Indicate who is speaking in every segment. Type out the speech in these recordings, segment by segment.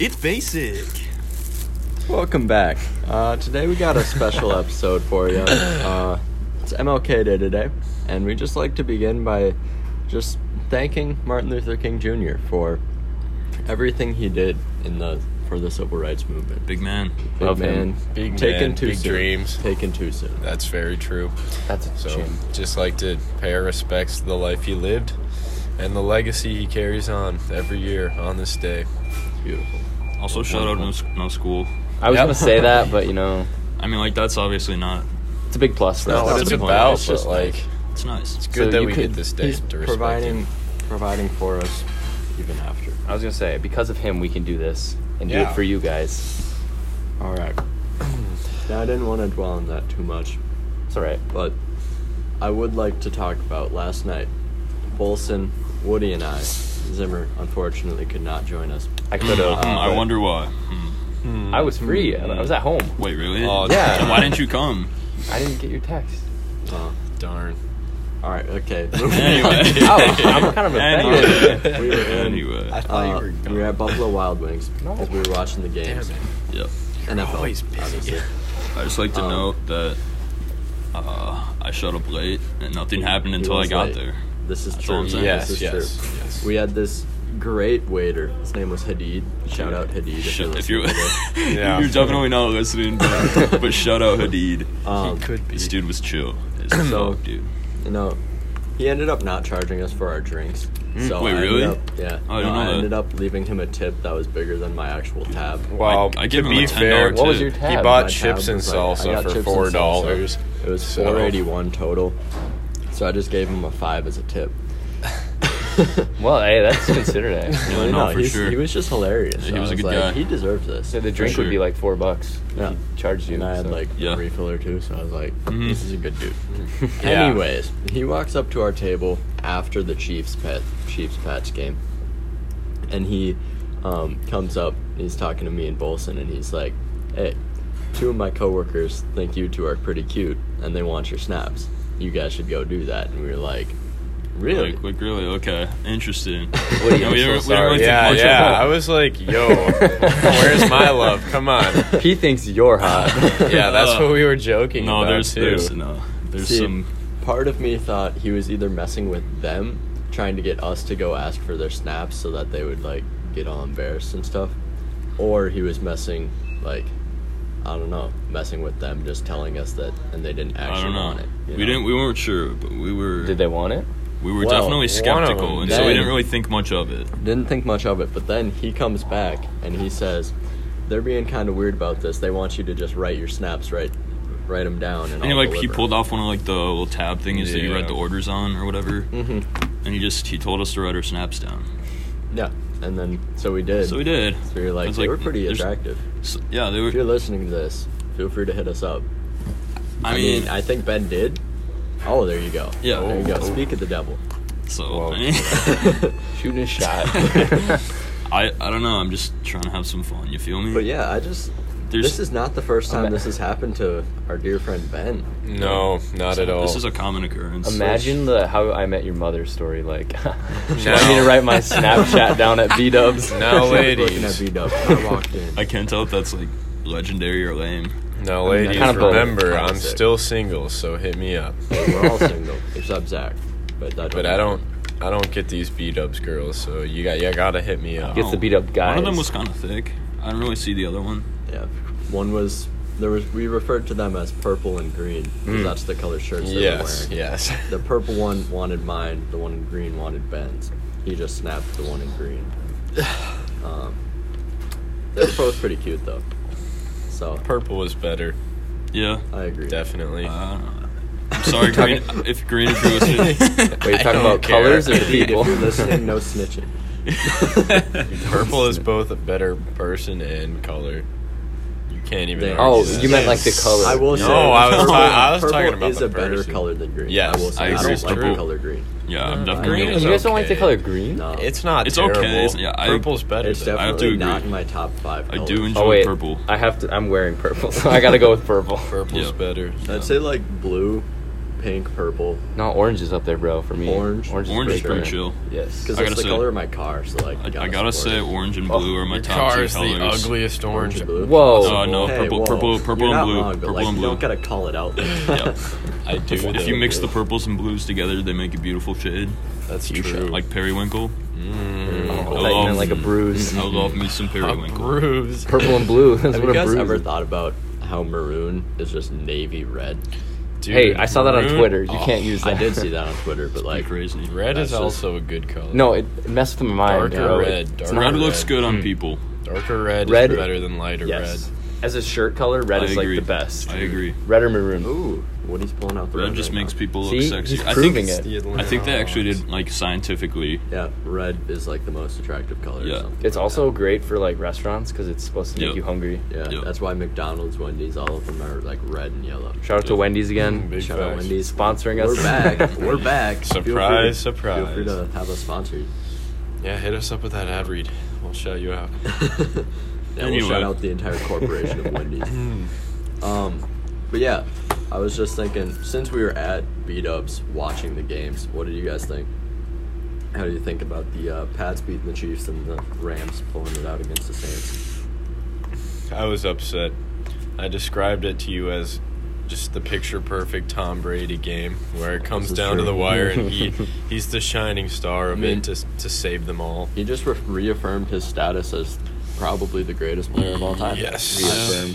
Speaker 1: It's basic.
Speaker 2: Welcome back. Uh, today we got a special episode for you. Uh, it's MLK Day today, and we just like to begin by just thanking Martin Luther King Jr. for everything he did in the for the civil rights movement.
Speaker 1: Big man.
Speaker 2: Big
Speaker 3: Love
Speaker 2: man,
Speaker 3: him. Big
Speaker 2: taken
Speaker 3: man,
Speaker 2: too
Speaker 3: big
Speaker 2: soon.
Speaker 3: dreams.
Speaker 2: Taken too soon.
Speaker 3: That's very true.
Speaker 2: That's a
Speaker 3: So, just like to pay our respects to the life he lived and the legacy he carries on every year on this day.
Speaker 2: Beautiful.
Speaker 1: Also, shout out no, s- no school.
Speaker 4: I was
Speaker 3: Yep.
Speaker 4: gonna say that, but you know,
Speaker 1: I mean, like that's obviously not.
Speaker 4: it's a big plus.
Speaker 3: Not
Speaker 4: though.
Speaker 3: what
Speaker 1: that's
Speaker 3: it's
Speaker 1: the point.
Speaker 3: about,
Speaker 2: It's
Speaker 3: but
Speaker 2: just
Speaker 3: like,
Speaker 1: It's nice.
Speaker 3: good
Speaker 4: So
Speaker 3: that
Speaker 4: you
Speaker 3: we
Speaker 4: could-
Speaker 3: get this day
Speaker 2: He's
Speaker 3: to respect
Speaker 2: providing
Speaker 3: him.
Speaker 2: providing for us even after.
Speaker 4: I was gonna say because of him, we can do this and do
Speaker 3: Yeah.
Speaker 4: it for you guys.
Speaker 2: All right. now I didn't want to dwell on that too much,
Speaker 4: It's all right.
Speaker 2: but I would like to talk about last night. Bolson, Woody, and I. Zimmer unfortunately could not join us.
Speaker 4: I could
Speaker 1: Hmm,
Speaker 4: have.
Speaker 1: I
Speaker 2: but-
Speaker 1: wonder why. Hmm.
Speaker 3: Ah,
Speaker 4: I was free. I I was at home.
Speaker 1: Wait, really?
Speaker 3: Oh,
Speaker 4: Yeah.
Speaker 1: Then why didn't you come?
Speaker 4: I didn't get your text.
Speaker 2: Uh,
Speaker 3: Darn.
Speaker 2: all right. Okay.
Speaker 1: Anyway.
Speaker 4: Oh, I'm kind of offended.
Speaker 1: Anyway.
Speaker 2: We were in.
Speaker 1: anyway.
Speaker 2: Uh, we were at Buffalo Wild Wings
Speaker 4: No.
Speaker 2: because we were watching the games.
Speaker 3: Damn it.
Speaker 1: Yep.
Speaker 2: NFL,
Speaker 3: always busy.
Speaker 2: obviously.
Speaker 1: I just like to
Speaker 2: Um,
Speaker 1: note that uh, I showed up late and nothing happened until
Speaker 2: He
Speaker 1: I
Speaker 2: was
Speaker 1: got
Speaker 2: late.
Speaker 1: there.
Speaker 2: This is
Speaker 1: That's
Speaker 2: true.
Speaker 1: all I'm saying.
Speaker 2: This
Speaker 3: Yes,
Speaker 2: is
Speaker 3: yes,
Speaker 2: true.
Speaker 3: yes.
Speaker 2: We had this great waiter. His name was Hadid. Shout out Hadid. If
Speaker 1: Shut,
Speaker 2: you're
Speaker 1: if you
Speaker 2: listening
Speaker 3: Yeah.
Speaker 1: you're definitely not listening, but, but shout out Hadid.
Speaker 2: today. Um,
Speaker 3: he could be.
Speaker 1: This dude was chill. As fuck, dude.
Speaker 2: You know, he ended up not charging us for our drinks. So
Speaker 1: Hmm. wait,
Speaker 2: I ended
Speaker 1: really?
Speaker 2: Up, yeah.
Speaker 1: Oh, I didn't
Speaker 2: no,
Speaker 1: know
Speaker 2: I
Speaker 1: that.
Speaker 2: ended up leaving him a tip that was bigger than my actual tab.
Speaker 3: Well,
Speaker 1: I- I
Speaker 3: to
Speaker 1: give him a
Speaker 3: be
Speaker 1: $10
Speaker 3: fair,
Speaker 1: tip.
Speaker 4: What was your
Speaker 1: He
Speaker 4: tab?
Speaker 3: he bought
Speaker 2: My
Speaker 3: chips
Speaker 2: tab
Speaker 3: and
Speaker 2: was like- I
Speaker 3: salsa
Speaker 2: got
Speaker 3: for
Speaker 2: chips and
Speaker 3: four
Speaker 2: salsa.
Speaker 3: dollars.
Speaker 2: It was
Speaker 3: So-
Speaker 2: four eighty one total. So I just gave him a five as a tip.
Speaker 4: Well, hey, that's considered. eh?
Speaker 1: Yeah, no, for
Speaker 2: he's-
Speaker 1: sure.
Speaker 2: He was just hilarious.
Speaker 1: Yeah, he
Speaker 2: So I
Speaker 1: was a good
Speaker 2: like,
Speaker 1: guy.
Speaker 2: He deserves this.
Speaker 4: So the drink
Speaker 1: sure.
Speaker 4: would be like four bucks. if
Speaker 2: Yeah.
Speaker 4: He charged you.
Speaker 2: and I had
Speaker 4: so.
Speaker 2: like
Speaker 1: Yeah.
Speaker 2: a refill or two, so I was like,
Speaker 1: Mhm.
Speaker 2: this is a good dude.
Speaker 3: Yeah.
Speaker 2: Anyways, he walks up to our table after the Chiefs pet Chiefs Pats game. And he um, comes up and he's talking to me and Bolson and he's like, Hey, two of my coworkers think you two are pretty cute and they want your snaps. You guys should go do that. And we were like, Really?
Speaker 1: Like, like really? Okay. Interesting.
Speaker 4: Woody,
Speaker 1: Yeah,
Speaker 4: I'm so
Speaker 1: we didn't- we didn't
Speaker 4: sorry.
Speaker 1: really think
Speaker 3: Yeah,
Speaker 1: much of
Speaker 3: yeah.
Speaker 1: that.
Speaker 3: I was like, yo, oh, where's my love? Come on.
Speaker 4: he thinks you're hot.
Speaker 3: Yeah, that's
Speaker 1: Uh,
Speaker 3: what we were joking
Speaker 1: No,
Speaker 3: about
Speaker 1: there's
Speaker 3: too.
Speaker 1: there's no there's
Speaker 2: See,
Speaker 1: some
Speaker 2: part of me thought he was either messing with them, trying to get us to go ask for their snaps so that they would like get all embarrassed and stuff, or he was messing like I don't know, messing with them, just telling us that, and they didn't
Speaker 1: I
Speaker 2: actually
Speaker 1: don't know.
Speaker 2: want it.
Speaker 1: We
Speaker 2: you know?
Speaker 1: didn't we weren't sure, but we were
Speaker 4: Did they want it?
Speaker 1: we were
Speaker 2: Well,
Speaker 1: definitely
Speaker 3: one of
Speaker 1: skeptical,
Speaker 3: them
Speaker 1: and so we
Speaker 2: did.
Speaker 1: didn't really think much of it.
Speaker 2: Didn't think much of it, but then he comes back and he says, "They're being kind of weird about this. They want you to just write your snaps, right, write them down." And,
Speaker 1: And he
Speaker 2: I'll
Speaker 1: like he
Speaker 2: deliver 'em."
Speaker 1: pulled off one of like the little tab thingies that you
Speaker 3: Yeah.
Speaker 1: write the orders on or whatever,
Speaker 2: Mhm.
Speaker 1: and he just he told us to write our snaps down.
Speaker 2: Yeah, and then so we did.
Speaker 1: So we did.
Speaker 2: So we were
Speaker 1: I
Speaker 2: like,
Speaker 1: was
Speaker 2: they
Speaker 1: like,
Speaker 2: were pretty
Speaker 1: there's-
Speaker 2: attractive.
Speaker 1: So, yeah, they
Speaker 2: If you're
Speaker 1: were.
Speaker 2: listening to this, feel free to hit us up.
Speaker 1: I mean,
Speaker 2: I think Ben did. Oh, there you go.
Speaker 1: Yeah.
Speaker 2: there you go.
Speaker 1: Oh.
Speaker 2: Speak of the devil.
Speaker 1: so
Speaker 3: Well,
Speaker 1: I, mean,
Speaker 4: Shooting a shot.
Speaker 1: I I don't know. I'm just trying to have some fun. You feel me?
Speaker 2: But yeah, I just
Speaker 1: There's-
Speaker 2: this is not the first time
Speaker 4: Ima-
Speaker 2: this has happened to our dear friend Ben.
Speaker 3: No, not at all.
Speaker 1: This is a common occurrence.
Speaker 4: Imagine the how I met your mother story. Like, she
Speaker 3: No.
Speaker 4: wanted me to write my Snapchat down at B Dubs.
Speaker 3: no,
Speaker 2: Looking at
Speaker 3: ladies.
Speaker 2: B Dub, I walked in.
Speaker 1: I can't tell if that's like legendary or lame.
Speaker 3: No,
Speaker 2: I mean,
Speaker 3: ladies.
Speaker 4: kind of both.
Speaker 3: remember,
Speaker 2: Kinda
Speaker 3: I'm
Speaker 2: sick.
Speaker 3: still single, so hit me up.
Speaker 2: We're all single except Zach, but that
Speaker 3: But I don't, I don't get these B dubs girls. So you got, you gotta hit me up.
Speaker 4: Gets the beat up guys.
Speaker 1: Oh, One of them was kind of thick. I didn't really see the other one.
Speaker 2: Yeah, one was there was we referred to them as purple and green because that's the color shirts they
Speaker 3: Yes,
Speaker 2: were wearing.
Speaker 3: yes.
Speaker 2: The purple one wanted mine. The one in green wanted Ben's. He just snapped the one in green. Um, they're both pretty cute though. So
Speaker 3: Purple was better,
Speaker 1: Yeah.
Speaker 4: Uh,
Speaker 2: I agree.
Speaker 3: definitely.
Speaker 1: I don't know. Uh, I'm sorry, Green. if Green, if you're listening,
Speaker 4: Wait, you talking
Speaker 3: don't
Speaker 4: about
Speaker 3: care.
Speaker 4: colors or
Speaker 2: If you- if
Speaker 4: people?
Speaker 2: you're listening, no snitching.
Speaker 3: Purple is both a better person and color. You can't even.
Speaker 2: Damn.
Speaker 4: Oh,
Speaker 3: argue that.
Speaker 4: you meant like the color.
Speaker 2: I will
Speaker 3: No,
Speaker 2: say.
Speaker 3: I was
Speaker 2: purple-
Speaker 3: ta- I was
Speaker 2: purple
Speaker 3: talking about
Speaker 2: is
Speaker 3: the
Speaker 2: a better
Speaker 3: person.
Speaker 2: color than green.
Speaker 3: Yes,
Speaker 2: I will
Speaker 1: I
Speaker 2: say. I,
Speaker 1: agree.
Speaker 2: don't like
Speaker 1: True.
Speaker 2: the color green.
Speaker 1: yeah, I'm
Speaker 2: Green
Speaker 1: definitely.
Speaker 4: you guys don't like the
Speaker 3: okay.
Speaker 4: color green?
Speaker 2: No,
Speaker 3: It's not.
Speaker 1: It's okay,
Speaker 3: terrible.
Speaker 1: isn't- yeah, I-
Speaker 3: Purple's better.
Speaker 2: it's
Speaker 3: though.
Speaker 1: I have to
Speaker 2: definitely not
Speaker 1: agree.
Speaker 2: in my top five.
Speaker 1: I
Speaker 2: Colors.
Speaker 1: do enjoy
Speaker 4: Oh wait,
Speaker 1: purple.
Speaker 4: I have to. I'm wearing purple, so I gotta go with purple.
Speaker 3: Purple's
Speaker 1: Yeah.
Speaker 3: better.
Speaker 2: I'd say like blue, pink, purple.
Speaker 4: No, orange is up there, bro. For me,
Speaker 2: Orange?
Speaker 1: Orange is
Speaker 2: for
Speaker 1: pretty
Speaker 4: sure.
Speaker 1: chill.
Speaker 4: Yes.
Speaker 2: Because
Speaker 1: I
Speaker 2: that's
Speaker 1: gotta
Speaker 2: the
Speaker 1: say-
Speaker 2: color of my car, so like
Speaker 1: I, I gotta say,
Speaker 2: support it.
Speaker 1: orange
Speaker 4: Oh,
Speaker 1: and blue are my
Speaker 3: Your
Speaker 1: top
Speaker 3: car
Speaker 1: two
Speaker 3: is the
Speaker 1: colors.
Speaker 3: ugliest orange.
Speaker 4: Whoa.
Speaker 1: Uh, no, purple- purple- purple
Speaker 2: You're
Speaker 1: and
Speaker 2: not
Speaker 1: blue,
Speaker 2: wrong, but,
Speaker 1: purple
Speaker 2: like,
Speaker 1: and
Speaker 2: You don't
Speaker 1: blue.
Speaker 2: gotta call it out.
Speaker 1: Yep.
Speaker 3: I do.
Speaker 1: If, if
Speaker 3: though.
Speaker 1: you mix the purples and blues together, they make a beautiful shade,
Speaker 3: that's
Speaker 2: You
Speaker 3: true.
Speaker 1: like periwinkle.
Speaker 4: Oh,
Speaker 1: I
Speaker 4: I thought you
Speaker 1: love-
Speaker 4: meant like a bruise.
Speaker 1: I love me some
Speaker 3: a
Speaker 1: periwinkle.
Speaker 3: bruise.
Speaker 4: Purple and blue. That's what
Speaker 2: Have you
Speaker 4: a
Speaker 2: guys
Speaker 4: bruise.
Speaker 2: ever
Speaker 4: is.
Speaker 2: thought about how maroon is just navy red?
Speaker 3: Dude,
Speaker 4: Hey, I saw that on
Speaker 3: maroon-
Speaker 4: Twitter. You
Speaker 3: Oh,
Speaker 4: can't use
Speaker 2: I
Speaker 4: that.
Speaker 2: did see that on Twitter, but like,
Speaker 1: Like crazy. Red,
Speaker 3: Red
Speaker 2: That's
Speaker 3: is
Speaker 2: just-
Speaker 3: also a good color.
Speaker 4: No, it it messed with my mind.
Speaker 3: Darker
Speaker 4: bro.
Speaker 3: red,
Speaker 4: It's
Speaker 3: darker
Speaker 4: not-
Speaker 3: red.
Speaker 1: looks good
Speaker 4: Hmm.
Speaker 1: on people.
Speaker 3: darker red,
Speaker 4: Red-
Speaker 3: is better than lighter
Speaker 4: Yes. As a shirt color, red
Speaker 1: I
Speaker 4: is
Speaker 1: agree.
Speaker 4: like the best.
Speaker 1: I agree.
Speaker 4: Red or maroon.
Speaker 2: ooh, Woody's pulling out the
Speaker 1: Red just
Speaker 2: right
Speaker 1: makes
Speaker 2: now.
Speaker 1: people look
Speaker 4: See,
Speaker 1: sexy.
Speaker 4: he's
Speaker 1: I think
Speaker 4: proving
Speaker 3: red.
Speaker 4: it.
Speaker 1: I think they actually did like scientifically.
Speaker 2: Yeah, red is like the most attractive color.
Speaker 1: Yeah.
Speaker 2: Or something
Speaker 4: It's
Speaker 2: like
Speaker 4: also great for like restaurants because it's supposed to make
Speaker 1: Yep.
Speaker 4: you hungry.
Speaker 2: that. Yeah,
Speaker 1: Yeah.
Speaker 2: that's why McDonald's, Wendy's, all of them are like red and yellow.
Speaker 4: Shout out to
Speaker 1: Yep.
Speaker 4: Wendy's again.
Speaker 3: Mm-hmm. Mm, Big
Speaker 2: Shout out
Speaker 3: facts.
Speaker 2: Wendy's
Speaker 4: Sponsoring us.
Speaker 2: We're back. We're back. Feel free to-
Speaker 3: Surprise,
Speaker 2: Feel free
Speaker 3: surprise.
Speaker 2: to have us sponsored.
Speaker 3: Yeah, hit us up with that ad read. We'll shout you out.
Speaker 2: Yeah,
Speaker 1: Anyway.
Speaker 2: we'll shout out the entire corporation of Wendy's. Um, but yeah, I was just thinking since we were at B Dubs watching the games, what did you guys think? How do you think about the uh, Pats beating the Chiefs and the Rams pulling it out against the Saints?
Speaker 3: I was upset. I described it to you as just the picture perfect Tom Brady game where it comes
Speaker 2: is
Speaker 3: down to
Speaker 2: true.
Speaker 3: the wire and he he's the shining star of
Speaker 2: mean-
Speaker 3: it to to save them all.
Speaker 2: He just re- reaffirmed his status as probably the greatest player of all time.
Speaker 3: Yes.
Speaker 2: Reaffirmed.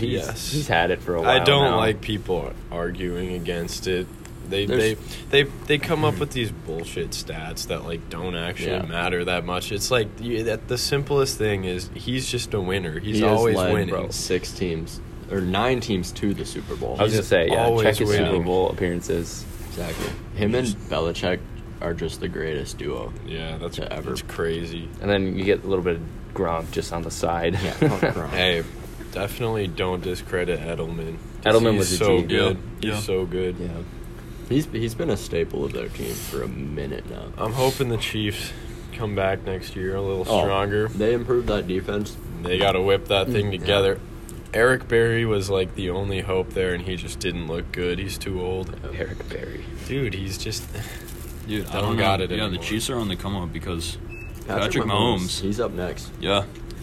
Speaker 4: He's,
Speaker 3: Yes.
Speaker 4: he's had it for a while.
Speaker 3: I don't
Speaker 4: now.
Speaker 3: like people arguing against it. They, they
Speaker 2: There's-
Speaker 3: they they come up with these bullshit stats that like don't actually
Speaker 2: Yeah.
Speaker 3: matter that much. It's like you, that the simplest thing is he's just a winner. He's
Speaker 2: he has
Speaker 3: always
Speaker 2: led
Speaker 3: winning.
Speaker 2: six teams or nine teams to the Super Bowl.
Speaker 4: I was gonna
Speaker 3: He's
Speaker 4: say yeah.
Speaker 3: always
Speaker 4: Check his Super
Speaker 3: winning.
Speaker 4: Bowl appearances.
Speaker 2: exactly. Him and Belichick are just the greatest duo.
Speaker 3: Yeah, that's
Speaker 2: To ever-
Speaker 3: that's crazy.
Speaker 4: And then you get a little bit of Gronk just on the side.
Speaker 2: Yeah, fuck Gronk.
Speaker 3: Hey, definitely don't discredit Edelman. 'Cause
Speaker 4: Edelman
Speaker 3: he's
Speaker 4: was a
Speaker 3: so
Speaker 4: G.
Speaker 3: good.
Speaker 1: Yeah.
Speaker 3: He's so good.
Speaker 4: yeah.
Speaker 2: He's he's been a staple of their team for a minute now.
Speaker 3: I'm hoping the Chiefs come back next year a little
Speaker 2: Oh,
Speaker 3: stronger.
Speaker 2: They improved that defense.
Speaker 3: They got to whip that
Speaker 4: Mm,
Speaker 3: thing together. Eric Berry was like the only hope there, and he just didn't look good. He's too old.
Speaker 4: Eric Berry.
Speaker 3: Dude, he's just.
Speaker 1: Dude, I
Speaker 3: Don't
Speaker 1: don't
Speaker 3: got
Speaker 1: know.
Speaker 3: it
Speaker 1: Yeah, the
Speaker 3: anymore.
Speaker 1: Chiefs are on the come up because Patrick Mahomes.
Speaker 2: He's up next.
Speaker 1: yeah,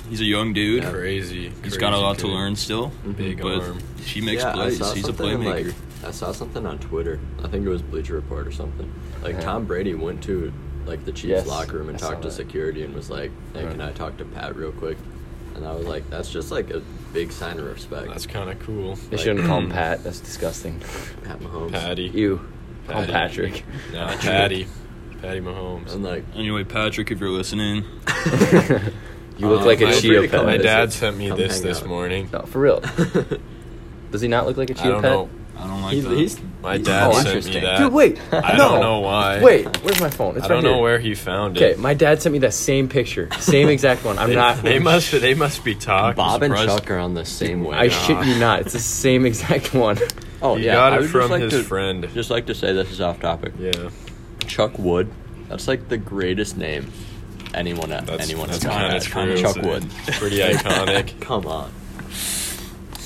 Speaker 1: he's a young dude.
Speaker 2: Yeah.
Speaker 3: Crazy.
Speaker 1: He's got a
Speaker 3: crazy
Speaker 1: lot to
Speaker 3: kid.
Speaker 1: learn
Speaker 4: Mm-hmm.
Speaker 1: still.
Speaker 3: Big
Speaker 1: but
Speaker 3: arm.
Speaker 1: he makes
Speaker 2: Yeah, I
Speaker 1: plays.
Speaker 2: saw
Speaker 1: He's a
Speaker 2: something in,
Speaker 1: playmaker.
Speaker 2: Like, I saw something on Twitter. I think it was Bleacher Report or something. Like
Speaker 4: Yeah.
Speaker 2: Tom Brady went to like the Chiefs
Speaker 4: Yes,
Speaker 2: locker room and
Speaker 4: I saw
Speaker 2: talked to
Speaker 4: that.
Speaker 2: security and was like, "Hey,
Speaker 4: Right.
Speaker 2: can I talk to Pat real quick?" And I was like, "That's just like a big sign of respect."
Speaker 3: That's kind of cool.
Speaker 4: They shouldn't call him Pat. That's disgusting.
Speaker 2: Pat Mahomes.
Speaker 3: mm. Patty.
Speaker 4: Ew. Call him
Speaker 3: Patty.
Speaker 4: Patrick.
Speaker 3: Nah, Patty. Patty Mahomes.
Speaker 2: And like,
Speaker 1: anyway, Patrick, if you're listening,
Speaker 4: You look
Speaker 2: Um,
Speaker 4: like a
Speaker 2: I-
Speaker 4: chia
Speaker 2: Come
Speaker 3: Uh, My
Speaker 2: visit.
Speaker 4: pet.
Speaker 3: dad sent me
Speaker 2: Come
Speaker 3: this
Speaker 2: hang
Speaker 3: this
Speaker 2: out.
Speaker 3: morning.
Speaker 4: No, for real. Does he not look like a chia
Speaker 3: I don't
Speaker 4: pet?
Speaker 3: know.
Speaker 1: I don't like
Speaker 2: he's,
Speaker 1: that.
Speaker 2: he's
Speaker 3: My
Speaker 2: he's-
Speaker 3: dad
Speaker 4: Oh,
Speaker 3: sent me
Speaker 2: interesting.
Speaker 3: that.
Speaker 4: Dude, wait.
Speaker 3: I
Speaker 4: no.
Speaker 3: don't know why.
Speaker 4: Wait, where's my phone? It's
Speaker 3: I don't
Speaker 4: right
Speaker 3: know
Speaker 4: here.
Speaker 3: where he found
Speaker 4: Okay,
Speaker 3: it.
Speaker 4: my dad sent me that same picture, same exact one. I'm
Speaker 3: They,
Speaker 4: not.
Speaker 3: they must. They must be talking.
Speaker 2: Bob and Chuck are on the same way.
Speaker 4: I shit you not. It's the same exact one.
Speaker 2: Oh
Speaker 3: He
Speaker 2: yeah,
Speaker 3: got
Speaker 2: I
Speaker 3: it
Speaker 2: would just
Speaker 3: from
Speaker 2: like
Speaker 3: his
Speaker 2: to-
Speaker 3: friend.
Speaker 2: Just like to say this is off topic.
Speaker 3: Yeah.
Speaker 2: Chuck Wood. That's like the greatest name anyone
Speaker 3: That's,
Speaker 2: anyone
Speaker 3: that's
Speaker 2: has gotten.
Speaker 3: kind of
Speaker 1: that's kinda
Speaker 3: true.
Speaker 2: Chuck Wood.
Speaker 3: Pretty iconic.
Speaker 2: Come on.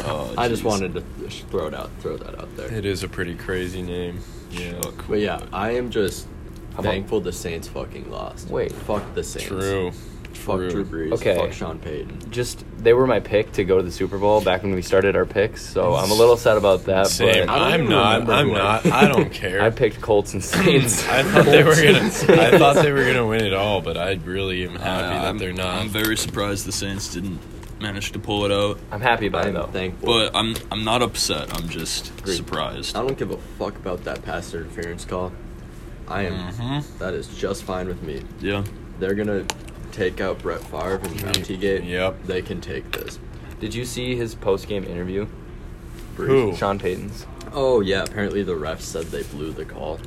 Speaker 1: Oh,
Speaker 2: I just
Speaker 1: jeez.
Speaker 2: wanted to th- throw it out, throw that out there.
Speaker 3: It is a pretty crazy name. Yeah.
Speaker 1: Chuck.
Speaker 2: But yeah, I am just
Speaker 4: about-
Speaker 2: thankful the Saints fucking lost.
Speaker 4: Wait.
Speaker 2: fuck the Saints.
Speaker 3: True.
Speaker 2: Fuck Drew
Speaker 3: True.
Speaker 2: Brees.
Speaker 4: Okay.
Speaker 2: Fuck Sean Payton.
Speaker 4: Just they were my pick to go to the Super Bowl back when we started our picks, so I'm a little sad about that.
Speaker 3: Same.
Speaker 4: But
Speaker 2: I don't
Speaker 3: I'm
Speaker 2: even
Speaker 3: not.
Speaker 2: remember
Speaker 3: I'm
Speaker 2: who I-
Speaker 3: not. I don't care.
Speaker 4: I picked Colts and Saints.
Speaker 3: I thought they were gonna. I thought they were gonna win it all, but I really am
Speaker 1: Uh,
Speaker 3: happy that
Speaker 1: I'm-
Speaker 3: they're
Speaker 1: I'm
Speaker 3: not.
Speaker 1: very surprised the Saints didn't manage to pull it out.
Speaker 4: I'm happy about it
Speaker 2: I'm
Speaker 4: though.
Speaker 2: thankful.
Speaker 1: But I'm I'm not upset. I'm just
Speaker 2: Agreed.
Speaker 1: surprised.
Speaker 2: I don't give a fuck about that pass interference call. I am.
Speaker 3: Mm-hmm.
Speaker 1: Mhm.
Speaker 2: that is just fine with me.
Speaker 1: Yeah.
Speaker 2: They're gonna take out Brett Favre and Bounty Gate.
Speaker 3: Mm-hmm. Yep.
Speaker 2: They can take this.
Speaker 4: Did you see his post game interview?
Speaker 2: Brees.
Speaker 3: Who?
Speaker 4: Sean Payton's.
Speaker 2: Oh yeah. Apparently the refs said they blew the call.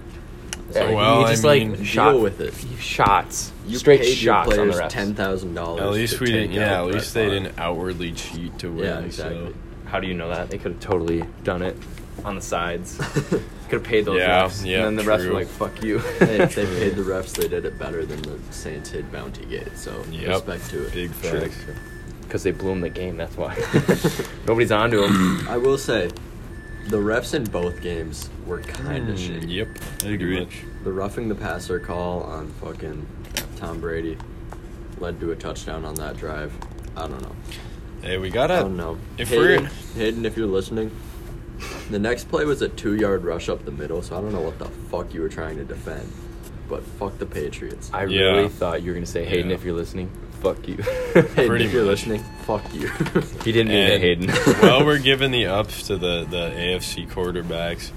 Speaker 4: Yeah,
Speaker 3: well,
Speaker 4: he just
Speaker 3: I
Speaker 4: like
Speaker 3: mean-
Speaker 4: shot
Speaker 2: Deal with it.
Speaker 4: shots,
Speaker 2: You
Speaker 4: straight
Speaker 2: paid
Speaker 4: shots
Speaker 2: your
Speaker 4: on
Speaker 2: players
Speaker 4: the refs.
Speaker 2: ten thousand dollars.
Speaker 3: At least we didn't. Yeah. At least they didn't outwardly cheat to win.
Speaker 2: Yeah, exactly.
Speaker 3: So.
Speaker 4: How do you know that? They could have totally done it on the sides. could have paid those
Speaker 3: Yeah,
Speaker 4: refs.
Speaker 3: yeah,
Speaker 4: and then the refs
Speaker 3: true.
Speaker 4: were like, fuck you.
Speaker 2: they, they paid the refs. They did it better than the Saints hid Bounty Gate. So
Speaker 3: Yep.
Speaker 2: respect to it.
Speaker 3: Big
Speaker 4: True.
Speaker 3: facts.
Speaker 4: Because they blew him the game, that's why. Nobody's on to him.
Speaker 2: I will say, the refs in both games were kind
Speaker 3: Mm,
Speaker 2: of shitty.
Speaker 3: Hmm. Yep.
Speaker 1: I agree.
Speaker 3: Much.
Speaker 2: The roughing the passer call on fucking Tom Brady led to a touchdown on that drive. I don't know.
Speaker 3: Hey, we
Speaker 2: I
Speaker 3: gotta.
Speaker 2: don't know.
Speaker 3: if
Speaker 2: Hayden,
Speaker 3: we're-
Speaker 2: Hayden, if you're listening, the next play was a two-yard rush up the middle, so I don't know what the fuck you were trying to defend, but fuck the Patriots.
Speaker 4: I
Speaker 3: Yeah.
Speaker 4: really thought you were gonna say Hayden
Speaker 3: Yeah.
Speaker 4: if you're listening. Fuck you.
Speaker 2: Hayden,
Speaker 3: pretty
Speaker 2: if you're
Speaker 3: much.
Speaker 2: listening, fuck you.
Speaker 4: he didn't mean it, Hayden.
Speaker 3: And while we're giving the ups to the, the AFC quarterbacks,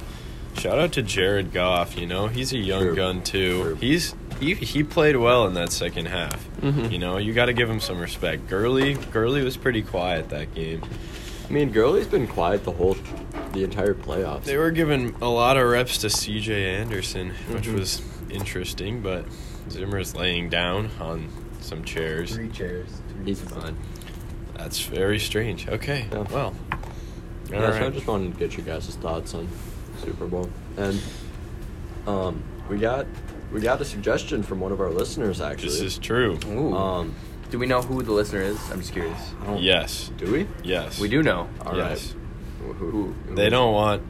Speaker 3: shout out to Jared Goff. You know, he's a young
Speaker 2: True.
Speaker 3: gun too.
Speaker 2: True.
Speaker 3: He's he, he played well in that second half.
Speaker 2: Mhm.
Speaker 3: You know, you got to give him some respect. Gurley Gurley was pretty quiet that game.
Speaker 2: I mean, Gurley's been quiet the whole, the entire playoffs.
Speaker 3: They were giving a lot of reps to C.J. Anderson, which
Speaker 2: Mhm.
Speaker 3: was interesting. But Zimmer's laying down on some chairs.
Speaker 4: chairs.
Speaker 2: He's fine.
Speaker 3: That's very strange. Okay,
Speaker 2: Yeah.
Speaker 3: well, all
Speaker 2: Yeah, so I
Speaker 3: right.
Speaker 2: just wanted to get your guys' thoughts on Super Bowl, and um, we got we got a suggestion from one of our listeners actually.
Speaker 3: This is true.
Speaker 4: Ooh.
Speaker 2: um,
Speaker 4: do we know who the listener is? I'm just curious.
Speaker 2: I don't-
Speaker 3: Yes,
Speaker 2: Do we?
Speaker 3: yes,
Speaker 4: We do know.
Speaker 2: All right.
Speaker 3: yes.
Speaker 2: Who- who- who
Speaker 3: They
Speaker 2: is-
Speaker 3: don't want.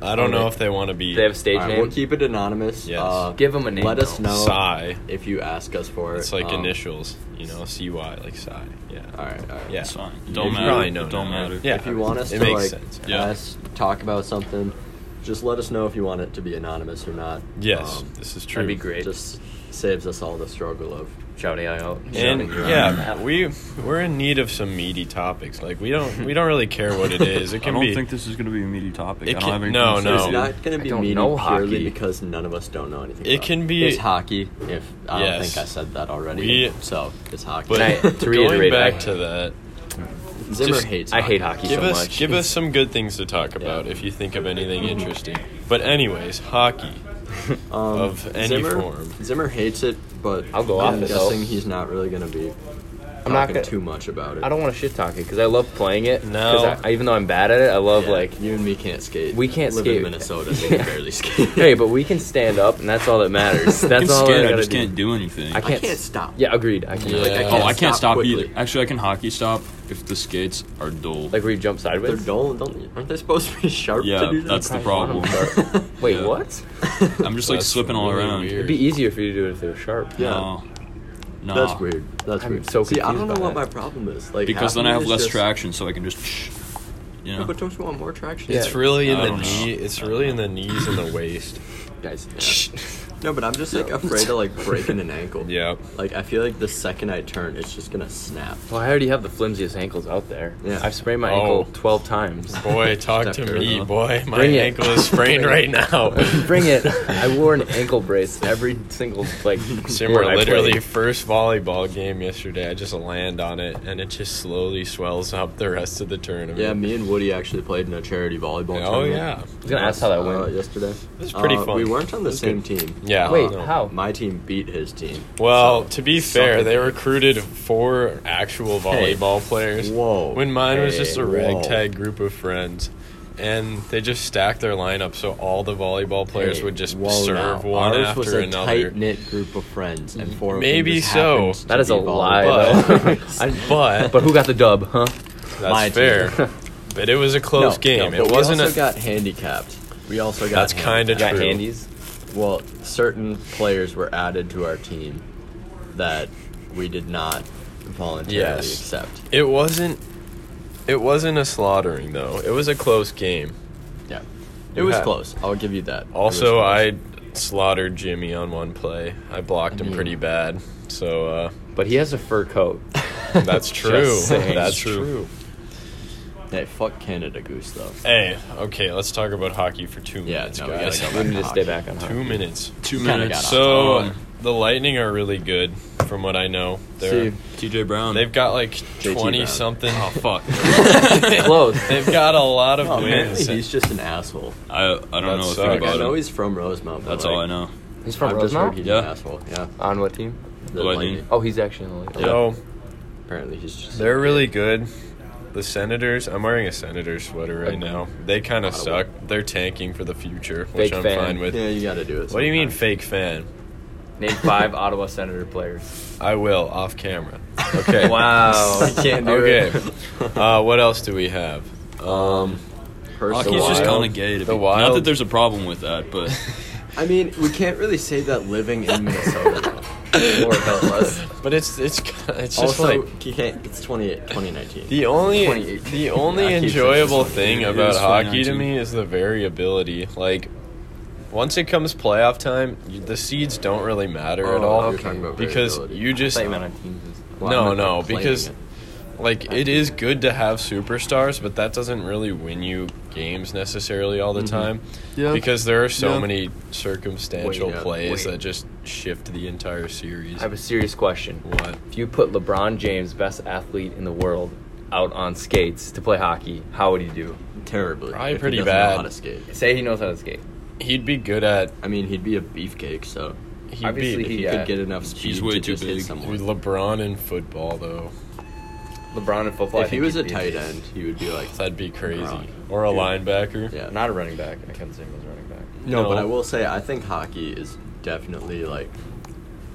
Speaker 3: I don't
Speaker 4: Oh,
Speaker 3: know
Speaker 4: they-
Speaker 3: if they want to be.
Speaker 4: They have a stage
Speaker 2: All right,
Speaker 4: name.
Speaker 2: We'll keep it anonymous.
Speaker 3: Yes.
Speaker 2: Uh,
Speaker 4: Give 'em a name,
Speaker 2: Let us
Speaker 4: though.
Speaker 2: know
Speaker 3: Psy.
Speaker 2: if you ask us for it.
Speaker 3: It's like
Speaker 2: Um,
Speaker 3: initials, you know, CY, like Psy. Yeah.
Speaker 2: All right. All right.
Speaker 3: Yeah.
Speaker 1: It's fine.
Speaker 3: You
Speaker 1: Don't matter.
Speaker 3: probably know
Speaker 1: It don't
Speaker 3: now, right?
Speaker 1: matter.
Speaker 3: Yeah.
Speaker 2: If you want us
Speaker 3: It
Speaker 2: to
Speaker 3: makes
Speaker 2: like
Speaker 3: sense.
Speaker 1: Yeah.
Speaker 2: ask, talk about something, just let us know if you want it to be anonymous or not.
Speaker 3: Yes,
Speaker 2: Um,
Speaker 3: this is true.
Speaker 4: That'd be great.
Speaker 2: just saves us all the struggle of
Speaker 4: shouting out.
Speaker 3: And
Speaker 4: shouting you out.
Speaker 3: yeah, we we're in need of some meaty topics. Like we don't we don't really care what it is. It
Speaker 1: I
Speaker 3: can
Speaker 1: don't
Speaker 3: be.
Speaker 1: think this is going to be a meaty topic.
Speaker 3: It
Speaker 1: I don't
Speaker 3: can-
Speaker 1: have anything
Speaker 3: no,
Speaker 1: to say
Speaker 3: no.
Speaker 1: to
Speaker 2: It's
Speaker 1: you.
Speaker 2: not going
Speaker 4: I
Speaker 2: to be
Speaker 4: don't
Speaker 2: meaty
Speaker 4: know
Speaker 2: purely
Speaker 4: hockey.
Speaker 2: because none of us don't know anything.
Speaker 3: It
Speaker 2: about
Speaker 3: can be-
Speaker 2: It's hockey. If I don't
Speaker 3: Yes.
Speaker 2: think I said that already.
Speaker 3: We-
Speaker 2: so it's hockey.
Speaker 3: but
Speaker 4: I- to
Speaker 3: going
Speaker 4: reiterate,
Speaker 3: back
Speaker 4: I-
Speaker 3: to that,
Speaker 2: Zimmer
Speaker 3: just-
Speaker 2: hates.
Speaker 4: I hate hockey
Speaker 3: give
Speaker 4: so
Speaker 3: us
Speaker 4: much. Mm-hmm.
Speaker 3: give us some good things to talk about if you think of anything interesting. But anyways, hockey
Speaker 2: Um,
Speaker 3: of any
Speaker 2: Zimmer,
Speaker 3: form.
Speaker 2: Zimmer hates it, but
Speaker 4: I'll go off
Speaker 2: I'm
Speaker 4: it, though.
Speaker 2: guessing he's not really going to be
Speaker 4: I'm
Speaker 2: talking
Speaker 4: not gonna-
Speaker 2: too much about it.
Speaker 4: I don't want to shit talk it because I love playing it.
Speaker 3: No.
Speaker 4: 'Cause I, even though I'm bad at it, I love
Speaker 2: Yeah,
Speaker 4: like.
Speaker 2: you and me can't skate.
Speaker 4: We can't
Speaker 2: live
Speaker 4: skate.
Speaker 2: in Minnesota. So we
Speaker 4: Yeah.
Speaker 2: barely skate.
Speaker 4: Hey, but we can stand up, and that's all that matters.
Speaker 1: I
Speaker 4: That's
Speaker 1: can
Speaker 4: all
Speaker 1: skate,
Speaker 4: I
Speaker 1: I
Speaker 4: gotta
Speaker 1: just
Speaker 4: do.
Speaker 1: can't do anything.
Speaker 4: I
Speaker 2: I
Speaker 4: can't
Speaker 2: can't
Speaker 4: s-
Speaker 2: stop.
Speaker 4: Yeah, agreed. I can.
Speaker 3: Yeah.
Speaker 4: Like,
Speaker 2: I
Speaker 1: oh, I can't stop,
Speaker 2: quickly.
Speaker 1: either. Actually, I can hockey stop if the skates are dull.
Speaker 4: like where you jump
Speaker 2: They're
Speaker 4: sideways.
Speaker 2: dull. Don't, aren't they supposed to be sharp?
Speaker 1: yeah,
Speaker 2: to do
Speaker 1: that's the
Speaker 2: that?
Speaker 1: problem.
Speaker 4: Wait,
Speaker 1: Yeah.
Speaker 4: what?
Speaker 1: I'm just like
Speaker 3: That's
Speaker 1: slipping all
Speaker 3: really
Speaker 1: around.
Speaker 3: weird.
Speaker 4: It'd be easier for you to do it if they were sharp.
Speaker 2: Yeah.
Speaker 1: No, no,
Speaker 2: That's weird. That's
Speaker 4: I'm
Speaker 2: weird.
Speaker 4: so
Speaker 2: See, I don't
Speaker 4: confused
Speaker 2: know
Speaker 4: by
Speaker 2: what
Speaker 4: that.
Speaker 2: my problem is. Like
Speaker 1: Because
Speaker 2: half of
Speaker 1: then I
Speaker 2: it
Speaker 1: have
Speaker 2: is
Speaker 1: less
Speaker 2: just-
Speaker 1: traction, so I can just, you
Speaker 2: Yeah,
Speaker 1: know.
Speaker 2: but don't you want more traction?
Speaker 4: Yeah.
Speaker 3: It's really in
Speaker 1: I
Speaker 3: the
Speaker 1: don't know.
Speaker 3: knee. It's really in the knees and the waist.
Speaker 2: guys. yeah. No, but I'm just like afraid of like breaking an ankle.
Speaker 3: Yeah.
Speaker 2: Like I feel like the second I turn, it's just gonna snap.
Speaker 4: Well, I already have the flimsiest ankles out there.
Speaker 2: Yeah.
Speaker 4: I've sprained my
Speaker 3: Oh.
Speaker 4: ankle 12 times.
Speaker 3: Boy, talk to
Speaker 2: Step
Speaker 3: me,
Speaker 2: girl.
Speaker 3: boy. My
Speaker 4: Bring it.
Speaker 3: ankle is sprained right now.
Speaker 4: Bring it. I wore an ankle brace every single, like, sport
Speaker 3: Simmer
Speaker 4: I
Speaker 3: literally
Speaker 4: played.
Speaker 3: first volleyball game yesterday. I just land on it and it just slowly swells up the rest of the tournament.
Speaker 2: Yeah, me and Woody actually played in a charity volleyball.
Speaker 3: Oh
Speaker 2: tournament.
Speaker 3: yeah,
Speaker 4: I was going to ask how that
Speaker 2: uh,
Speaker 4: went.
Speaker 2: yesterday. It
Speaker 3: was pretty fun.
Speaker 2: We weren't on
Speaker 3: It
Speaker 2: the
Speaker 3: was
Speaker 2: same
Speaker 3: good.
Speaker 2: team. Uh,
Speaker 3: yeah.
Speaker 4: Wait,
Speaker 3: no.
Speaker 4: how?
Speaker 2: My team beat his team.
Speaker 3: Well, to be
Speaker 2: Suck
Speaker 3: fair,
Speaker 2: it.
Speaker 3: they recruited four actual
Speaker 2: Hey.
Speaker 3: volleyball players.
Speaker 2: Whoa.
Speaker 3: When mine was just a
Speaker 2: Hey,
Speaker 3: ragtag group of friends, and they just stacked their lineup so all the volleyball players
Speaker 2: Hey,
Speaker 3: would just
Speaker 2: whoa
Speaker 3: serve
Speaker 2: now.
Speaker 3: one
Speaker 2: Ours
Speaker 3: after
Speaker 2: was a
Speaker 3: another.
Speaker 2: Tight knit group of friends, and four.
Speaker 3: Maybe
Speaker 2: of them just
Speaker 3: so.
Speaker 2: happened to
Speaker 4: That is
Speaker 2: be
Speaker 4: a lie, though.
Speaker 2: volleyballers.
Speaker 4: I,
Speaker 3: But
Speaker 4: but who got the dub, huh?
Speaker 3: That's
Speaker 2: My team.
Speaker 3: fair. but it was a close
Speaker 2: No,
Speaker 3: game.
Speaker 2: no, but
Speaker 3: it wasn't
Speaker 2: We
Speaker 3: a.
Speaker 2: also got handicapped. We also got.
Speaker 3: that's kind of
Speaker 4: You got
Speaker 3: true.
Speaker 4: handies.
Speaker 2: of. Well, certain players were added to our team that we did not voluntarily
Speaker 3: Yes.
Speaker 2: accept.
Speaker 3: It wasn't. It wasn't a slaughtering though. It was a close game.
Speaker 2: Yeah, it
Speaker 3: You
Speaker 2: was
Speaker 3: had-
Speaker 2: close. I'll give you that. It was
Speaker 3: Also,
Speaker 2: close. Mm.
Speaker 3: I slaughtered Jimmy on one play. I blocked him pretty bad. So uh,
Speaker 4: But he has a fur coat.
Speaker 3: that's true.
Speaker 4: saying.
Speaker 3: that's
Speaker 4: It's
Speaker 3: true.
Speaker 4: true.
Speaker 2: Hey, fuck Canada Goose though.
Speaker 3: Hey, okay, let's talk about hockey for two
Speaker 2: Yeah,
Speaker 3: minutes,
Speaker 2: no, we gotta
Speaker 3: guys.
Speaker 2: go
Speaker 4: we need to stay back on
Speaker 3: two
Speaker 4: her.
Speaker 3: minutes.
Speaker 1: Two
Speaker 2: Kinda
Speaker 1: minutes.
Speaker 2: got
Speaker 3: So
Speaker 1: Um,
Speaker 3: the Lightning are really good, from what I know. They're
Speaker 2: See,
Speaker 1: TJ Brown.
Speaker 3: they've got like
Speaker 2: Brown.
Speaker 3: twenty something. Oh fuck!
Speaker 4: Close.
Speaker 3: they've got a lot of
Speaker 2: oh, man,
Speaker 3: wins.
Speaker 2: he's just an asshole.
Speaker 1: I I don't know a
Speaker 3: sucks.
Speaker 1: thing
Speaker 2: Like, I
Speaker 1: about
Speaker 2: know
Speaker 1: him.
Speaker 2: he's from Rosemount. but,
Speaker 1: That's
Speaker 2: like,
Speaker 1: all I know.
Speaker 4: He's from
Speaker 2: I've just heard he's
Speaker 4: Rosemount?
Speaker 1: Yeah.
Speaker 2: an asshole. Yeah.
Speaker 4: On what team?
Speaker 2: The
Speaker 1: Lightning.
Speaker 2: Lightning.
Speaker 4: Oh, he's actually in the league.
Speaker 3: So
Speaker 2: Apparently, he's just.
Speaker 3: They're really good. The Senators, I'm wearing a Senators sweater right now. They kind of
Speaker 2: Ottawa.
Speaker 3: suck. They're tanking for the future, which
Speaker 4: Fake
Speaker 3: I'm
Speaker 4: fan.
Speaker 3: fine with.
Speaker 2: Yeah, you gotta do it.
Speaker 3: What do you mean,
Speaker 2: sometime.
Speaker 3: fake fan?
Speaker 4: Name five Ottawa Senator players.
Speaker 3: I will, off camera. Okay.
Speaker 4: Wow.
Speaker 2: You can't do
Speaker 3: Okay.
Speaker 2: it.
Speaker 3: Uh, what else do we have? Um,
Speaker 2: personally.
Speaker 1: Hockey's just
Speaker 3: Wild.
Speaker 1: kind of gay to
Speaker 3: The
Speaker 1: me. Not that
Speaker 3: Wild.
Speaker 1: there's a problem with that, but
Speaker 2: I mean, we can't really say that living in Minnesota. though. Lord help us.
Speaker 3: But it's it's kinda- it's just
Speaker 2: Also,
Speaker 3: like
Speaker 2: you can't, it's 28, 2019.
Speaker 3: the only
Speaker 2: 28.
Speaker 3: the only
Speaker 2: I keep saying
Speaker 3: enjoyable
Speaker 2: 28.
Speaker 3: thing
Speaker 1: It
Speaker 3: about
Speaker 1: is
Speaker 3: hockey to
Speaker 1: 2019.
Speaker 3: me is the variability. Like once it comes playoff time, you- the seeds don't really matter at all
Speaker 2: You're Oh, talking about
Speaker 3: because
Speaker 2: variability.
Speaker 3: you just
Speaker 2: Well,
Speaker 3: No,
Speaker 2: I'm not
Speaker 3: no,
Speaker 2: complaining
Speaker 3: because-
Speaker 2: it.
Speaker 3: like it is good to have superstars, but that doesn't really win you games necessarily all the
Speaker 2: Mm-hmm.
Speaker 3: time.
Speaker 1: Yeah.
Speaker 3: Because there are so
Speaker 1: Yeah.
Speaker 3: many circumstantial
Speaker 2: Wait, yeah,
Speaker 3: plays
Speaker 4: wait.
Speaker 3: that just shift the entire series.
Speaker 4: I have a serious question.
Speaker 3: what?
Speaker 4: If you put LeBron James, best athlete in the world, out on skates to play hockey, how would he do?
Speaker 2: terribly.
Speaker 3: Probably
Speaker 2: if he
Speaker 3: pretty
Speaker 2: doesn't know
Speaker 3: bad.
Speaker 2: how to skate.
Speaker 4: Say he knows how to skate.
Speaker 3: He'd be good at
Speaker 2: I mean, he'd be a beefcake, so
Speaker 3: he'd
Speaker 4: Obviously,
Speaker 3: be
Speaker 2: he
Speaker 4: Yeah.
Speaker 2: could get enough speed
Speaker 1: way
Speaker 2: to
Speaker 1: too
Speaker 2: just hit
Speaker 1: big.
Speaker 2: someone.
Speaker 3: Dude, LeBron in football though.
Speaker 4: LeBron in football. I
Speaker 2: if he
Speaker 4: think
Speaker 2: was
Speaker 4: he'd
Speaker 2: a
Speaker 4: be
Speaker 2: tight end, he would be like,
Speaker 3: That'd be crazy.
Speaker 2: LeBron.
Speaker 3: Or a
Speaker 2: Dude.
Speaker 3: linebacker.
Speaker 2: yeah.
Speaker 4: Not a running back. I couldn't say he was a running back.
Speaker 2: no, but I will say, I think hockey is definitely like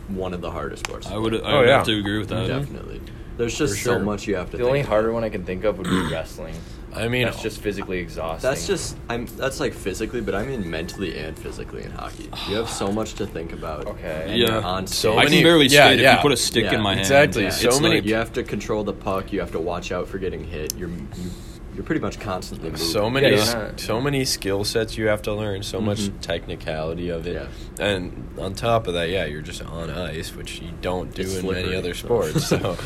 Speaker 2: one of the hardest sports.
Speaker 1: I would I
Speaker 3: Oh,
Speaker 1: would
Speaker 3: yeah.
Speaker 1: have to agree with that.
Speaker 2: definitely. There's just
Speaker 3: For
Speaker 2: so
Speaker 3: sure.
Speaker 2: much you have to.
Speaker 4: The
Speaker 2: think
Speaker 4: only
Speaker 2: about.
Speaker 4: harder one I can think of would be wrestling.
Speaker 3: I mean,
Speaker 4: That's just physically exhausting.
Speaker 2: That's just I'm. That's like physically, but I mean mentally and physically in hockey. You have so much to think about.
Speaker 4: Okay.
Speaker 2: and you're
Speaker 1: Yeah.
Speaker 2: On stage.
Speaker 3: So
Speaker 1: I
Speaker 3: many-
Speaker 1: can barely
Speaker 3: yeah,
Speaker 1: skate
Speaker 3: yeah.
Speaker 1: if you put a stick
Speaker 2: Yeah,
Speaker 1: in my hand.
Speaker 3: exactly.
Speaker 1: Yeah,
Speaker 3: So
Speaker 1: it's
Speaker 3: many-
Speaker 1: like-
Speaker 2: you have to control the puck. You have to watch out for getting hit. You're you, you're pretty much constantly moving.
Speaker 3: so
Speaker 4: Yeah.
Speaker 3: many s- so many skill sets you have to learn, so much
Speaker 2: Mhm.
Speaker 3: technicality of it.
Speaker 2: Yeah.
Speaker 3: And on top of that, yeah, you're just on ice, which you don't do
Speaker 2: It's
Speaker 3: in
Speaker 2: slippery,
Speaker 3: many other
Speaker 2: so.
Speaker 3: sports. So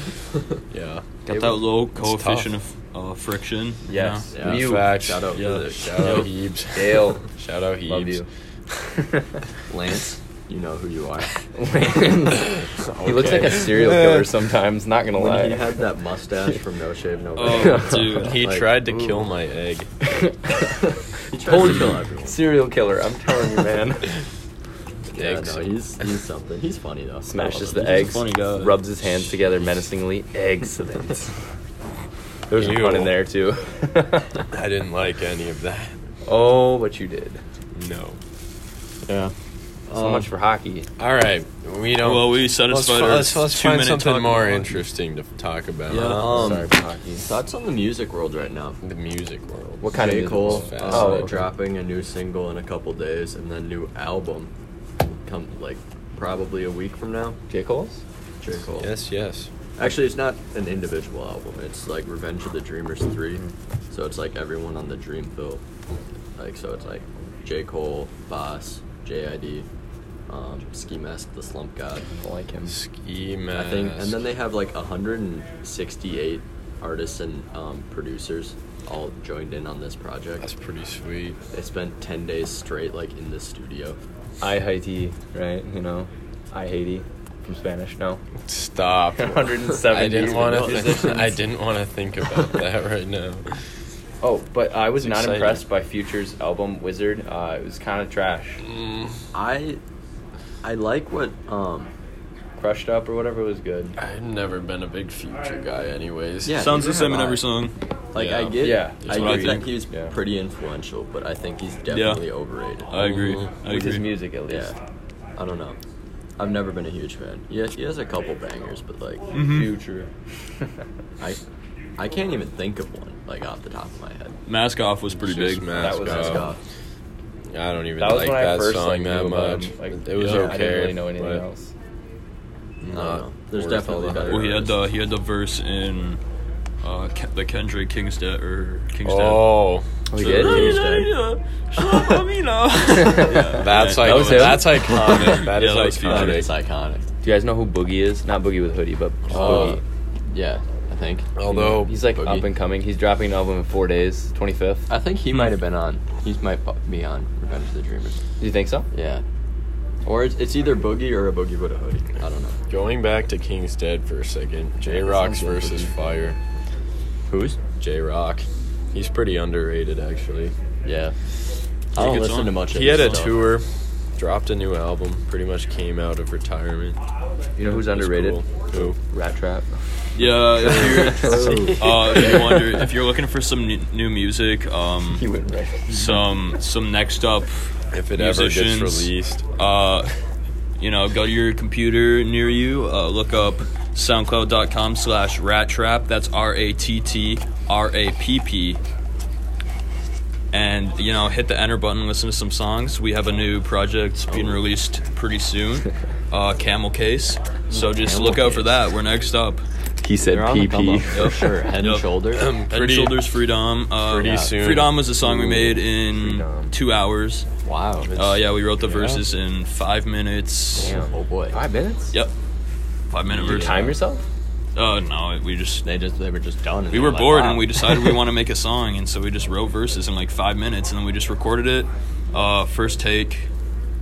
Speaker 3: yeah.
Speaker 1: got
Speaker 2: It
Speaker 1: that
Speaker 2: was-
Speaker 1: low
Speaker 3: tough.
Speaker 1: coefficient of uh, friction. you
Speaker 4: Yes.
Speaker 1: know?
Speaker 2: Yeah.
Speaker 4: You.
Speaker 3: Facts.
Speaker 2: Shout out
Speaker 1: Yeah.
Speaker 2: to the
Speaker 3: Shout out
Speaker 1: Yo.
Speaker 3: Heaps.
Speaker 4: Dale.
Speaker 3: Shout out Heaps.
Speaker 4: Love you.
Speaker 2: Lance. You know who you are.
Speaker 4: He looks like
Speaker 3: Okay. Eh.
Speaker 4: a serial killer sometimes. Not gonna
Speaker 2: When he
Speaker 4: lie.
Speaker 2: had that mustache from No Shave No Bake.
Speaker 1: Oh, dude.
Speaker 3: He
Speaker 2: Like,
Speaker 3: tried to
Speaker 2: ooh.
Speaker 3: kill my egg.
Speaker 2: He tries
Speaker 4: Told
Speaker 2: to kill
Speaker 4: you.
Speaker 2: everyone.
Speaker 4: Serial killer. I'm telling you, man.
Speaker 2: Yeah,
Speaker 3: Eggs.
Speaker 2: no, he's he's something. He's funny though.
Speaker 4: Smashes
Speaker 2: I love
Speaker 4: the
Speaker 2: him.
Speaker 1: He's a
Speaker 4: eggs.
Speaker 1: funny guy.
Speaker 4: Rubs his hands together menacingly. Excellent. There's a
Speaker 3: Ew.
Speaker 4: pun in there too.
Speaker 3: I didn't like any of that.
Speaker 4: oh, what you did.
Speaker 3: No.
Speaker 2: Yeah.
Speaker 4: So
Speaker 2: Um,
Speaker 4: much for hockey.
Speaker 3: All right. We don't.
Speaker 1: Well, we
Speaker 3: let's,
Speaker 1: satisfied
Speaker 3: fi-
Speaker 1: our
Speaker 3: let's, let's
Speaker 1: two
Speaker 3: find
Speaker 1: minute
Speaker 3: something
Speaker 1: talk
Speaker 3: more
Speaker 1: about-
Speaker 3: interesting to talk about.
Speaker 1: Yeah.
Speaker 2: Um,
Speaker 4: Uh, Sorry for hockey.
Speaker 2: Thoughts on the music world right now?
Speaker 3: The music world.
Speaker 4: What kind
Speaker 2: J.
Speaker 4: of
Speaker 2: Cole
Speaker 4: music?
Speaker 2: uh,
Speaker 3: Oh, okay.
Speaker 2: dropping a new single in a couple days and then new album come like probably a week from now.
Speaker 4: J. Cole's?
Speaker 2: J. Cole.
Speaker 3: Yes. Yes.
Speaker 2: Actually, it's not an individual album. It's like Revenge of the Dreamers 3. So it's like everyone on the Dreamville. Like so it's like J. Cole, Boss, JID, um, Ski Mask, The Slump God.
Speaker 4: I like him.
Speaker 3: Ski
Speaker 2: I
Speaker 3: mask.
Speaker 2: think and then they have like 168 artists and um, producers all joined in on this project.
Speaker 3: That's pretty sweet.
Speaker 2: They spent 10 days straight, like, in the studio.
Speaker 4: I Haiti, right? You know, I Haiti from Spanish. No.
Speaker 3: Stop.
Speaker 4: 170
Speaker 3: I didn't want to.
Speaker 4: musicians.
Speaker 3: I didn't want to think about that right now.
Speaker 4: Oh, but I was
Speaker 3: It's
Speaker 4: not
Speaker 3: exciting.
Speaker 4: impressed by Future's album Wizard. Uh, it was kind of trash,
Speaker 3: Mm,
Speaker 2: I, I like what, um,
Speaker 4: crushed up or whatever was good.
Speaker 3: I've never been a big future guy, anyways.
Speaker 2: Yeah.
Speaker 1: Sounds the
Speaker 2: he's
Speaker 1: same in
Speaker 2: alive.
Speaker 1: every song.
Speaker 2: like,
Speaker 3: Yeah.
Speaker 2: I get,
Speaker 4: Yeah,
Speaker 2: I
Speaker 1: that's what I
Speaker 2: get that
Speaker 1: think.
Speaker 2: he's
Speaker 4: Yeah.
Speaker 2: pretty influential, but I think he's definitely overrated.
Speaker 1: I agree. I
Speaker 4: With his
Speaker 1: agree.
Speaker 4: music, at least.
Speaker 2: yeah. I don't know. I've never been a huge fan. Yes, he has a couple bangers, but, like,
Speaker 4: Mm-hmm.
Speaker 1: Mm-hmm.
Speaker 4: Future.
Speaker 2: I, I can't even think of one, like, off the top of my head.
Speaker 1: Mask off was pretty
Speaker 3: Just
Speaker 1: big.
Speaker 3: mask
Speaker 4: That was
Speaker 3: off.
Speaker 4: his
Speaker 2: Scott.
Speaker 3: I don't even
Speaker 4: that was
Speaker 3: like
Speaker 4: when I
Speaker 3: that
Speaker 4: first
Speaker 3: song
Speaker 4: like,
Speaker 3: that
Speaker 4: knew about
Speaker 3: much.
Speaker 4: him. Like,
Speaker 3: it was
Speaker 1: yeah,
Speaker 3: okay.
Speaker 4: I didn't really know anything
Speaker 3: but
Speaker 4: else.
Speaker 2: don't
Speaker 3: not
Speaker 2: know. There's
Speaker 3: worth all
Speaker 2: definitely
Speaker 3: the
Speaker 2: better
Speaker 3: hype.
Speaker 1: Well, he had the he had the verse in uh, Ke- the Kendrick er, King's Dead or King's
Speaker 3: Oh,
Speaker 4: Oh,
Speaker 1: Dead.
Speaker 4: he did? He was dead?
Speaker 1: Yeah,
Speaker 3: that's
Speaker 1: yeah,
Speaker 3: like
Speaker 4: That was him?
Speaker 3: that's iconic. that
Speaker 1: Yeah,
Speaker 3: is
Speaker 1: that was
Speaker 2: That
Speaker 1: Future.
Speaker 3: iconic.
Speaker 2: is Uh, iconic.
Speaker 4: Do you guys know who Boogie is? Not Boogie with hoodie, but just
Speaker 2: Uh,
Speaker 4: Boogie.
Speaker 2: yeah, I think.
Speaker 3: Although
Speaker 4: He's like
Speaker 2: Boogie.
Speaker 4: up and coming. He's dropping an album in four days, 25th.
Speaker 2: I think he might have been on. He might be on Revenge of the Dreamers.
Speaker 4: Do you think so?
Speaker 2: Yeah. Or it's, it's either Boogie or a Boogie with a hoodie. I don't know.
Speaker 3: going back to King's Dead for a second, J Rock's
Speaker 2: sounds
Speaker 3: versus
Speaker 2: good.
Speaker 3: Fire.
Speaker 2: Who's?
Speaker 3: J Rock, he's pretty underrated actually.
Speaker 2: Yeah. I don't
Speaker 1: good
Speaker 2: listen
Speaker 1: song.
Speaker 2: to much of
Speaker 3: He had a
Speaker 2: his stuff.
Speaker 3: tour, dropped a new album, pretty much came out of retirement.
Speaker 4: You know who's
Speaker 3: That's
Speaker 4: underrated?
Speaker 3: cool. Who?
Speaker 4: Rat Trap.
Speaker 1: Yeah, if you're, uh, if you wonder if you're looking for some new, new music, um,
Speaker 4: He went right.
Speaker 1: some some next up,
Speaker 3: If it
Speaker 1: Musicians.
Speaker 3: ever gets released,
Speaker 1: uh, you know, go to your computer near you, uh, look up soundcloud.com slash rat trap. That's R A T T R A P P. and you know hit the enter button listen to some songs we have a new project being released pretty soon uh, camel case so just
Speaker 2: Camel
Speaker 1: look out for
Speaker 2: Case.
Speaker 1: that we're next up
Speaker 4: He said
Speaker 2: They're on the come
Speaker 4: PP.
Speaker 2: up for Oh, sure. Head and
Speaker 1: Yep. Um,
Speaker 2: shoulder.
Speaker 1: Head
Speaker 3: Pretty-
Speaker 1: and shoulders freedom uh,
Speaker 3: pretty
Speaker 1: yeah.
Speaker 3: soon.
Speaker 1: freedom was a song we made in
Speaker 4: Freedom.
Speaker 1: two hours
Speaker 2: Wow.
Speaker 1: uh, yeah we wrote the
Speaker 3: Yeah.
Speaker 1: verses in five minutes
Speaker 4: Damn.
Speaker 2: Oh boy.
Speaker 4: Five minutes?
Speaker 1: yep five minute
Speaker 4: Did you
Speaker 1: verse
Speaker 4: time yourself?
Speaker 1: uh, no we just
Speaker 2: They just they were just done. and
Speaker 1: we
Speaker 2: they
Speaker 1: were
Speaker 2: like,
Speaker 1: bored
Speaker 2: wow.
Speaker 1: and we decided we want to make a song and so we just wrote verses in like five minutes and then we just recorded it uh, first take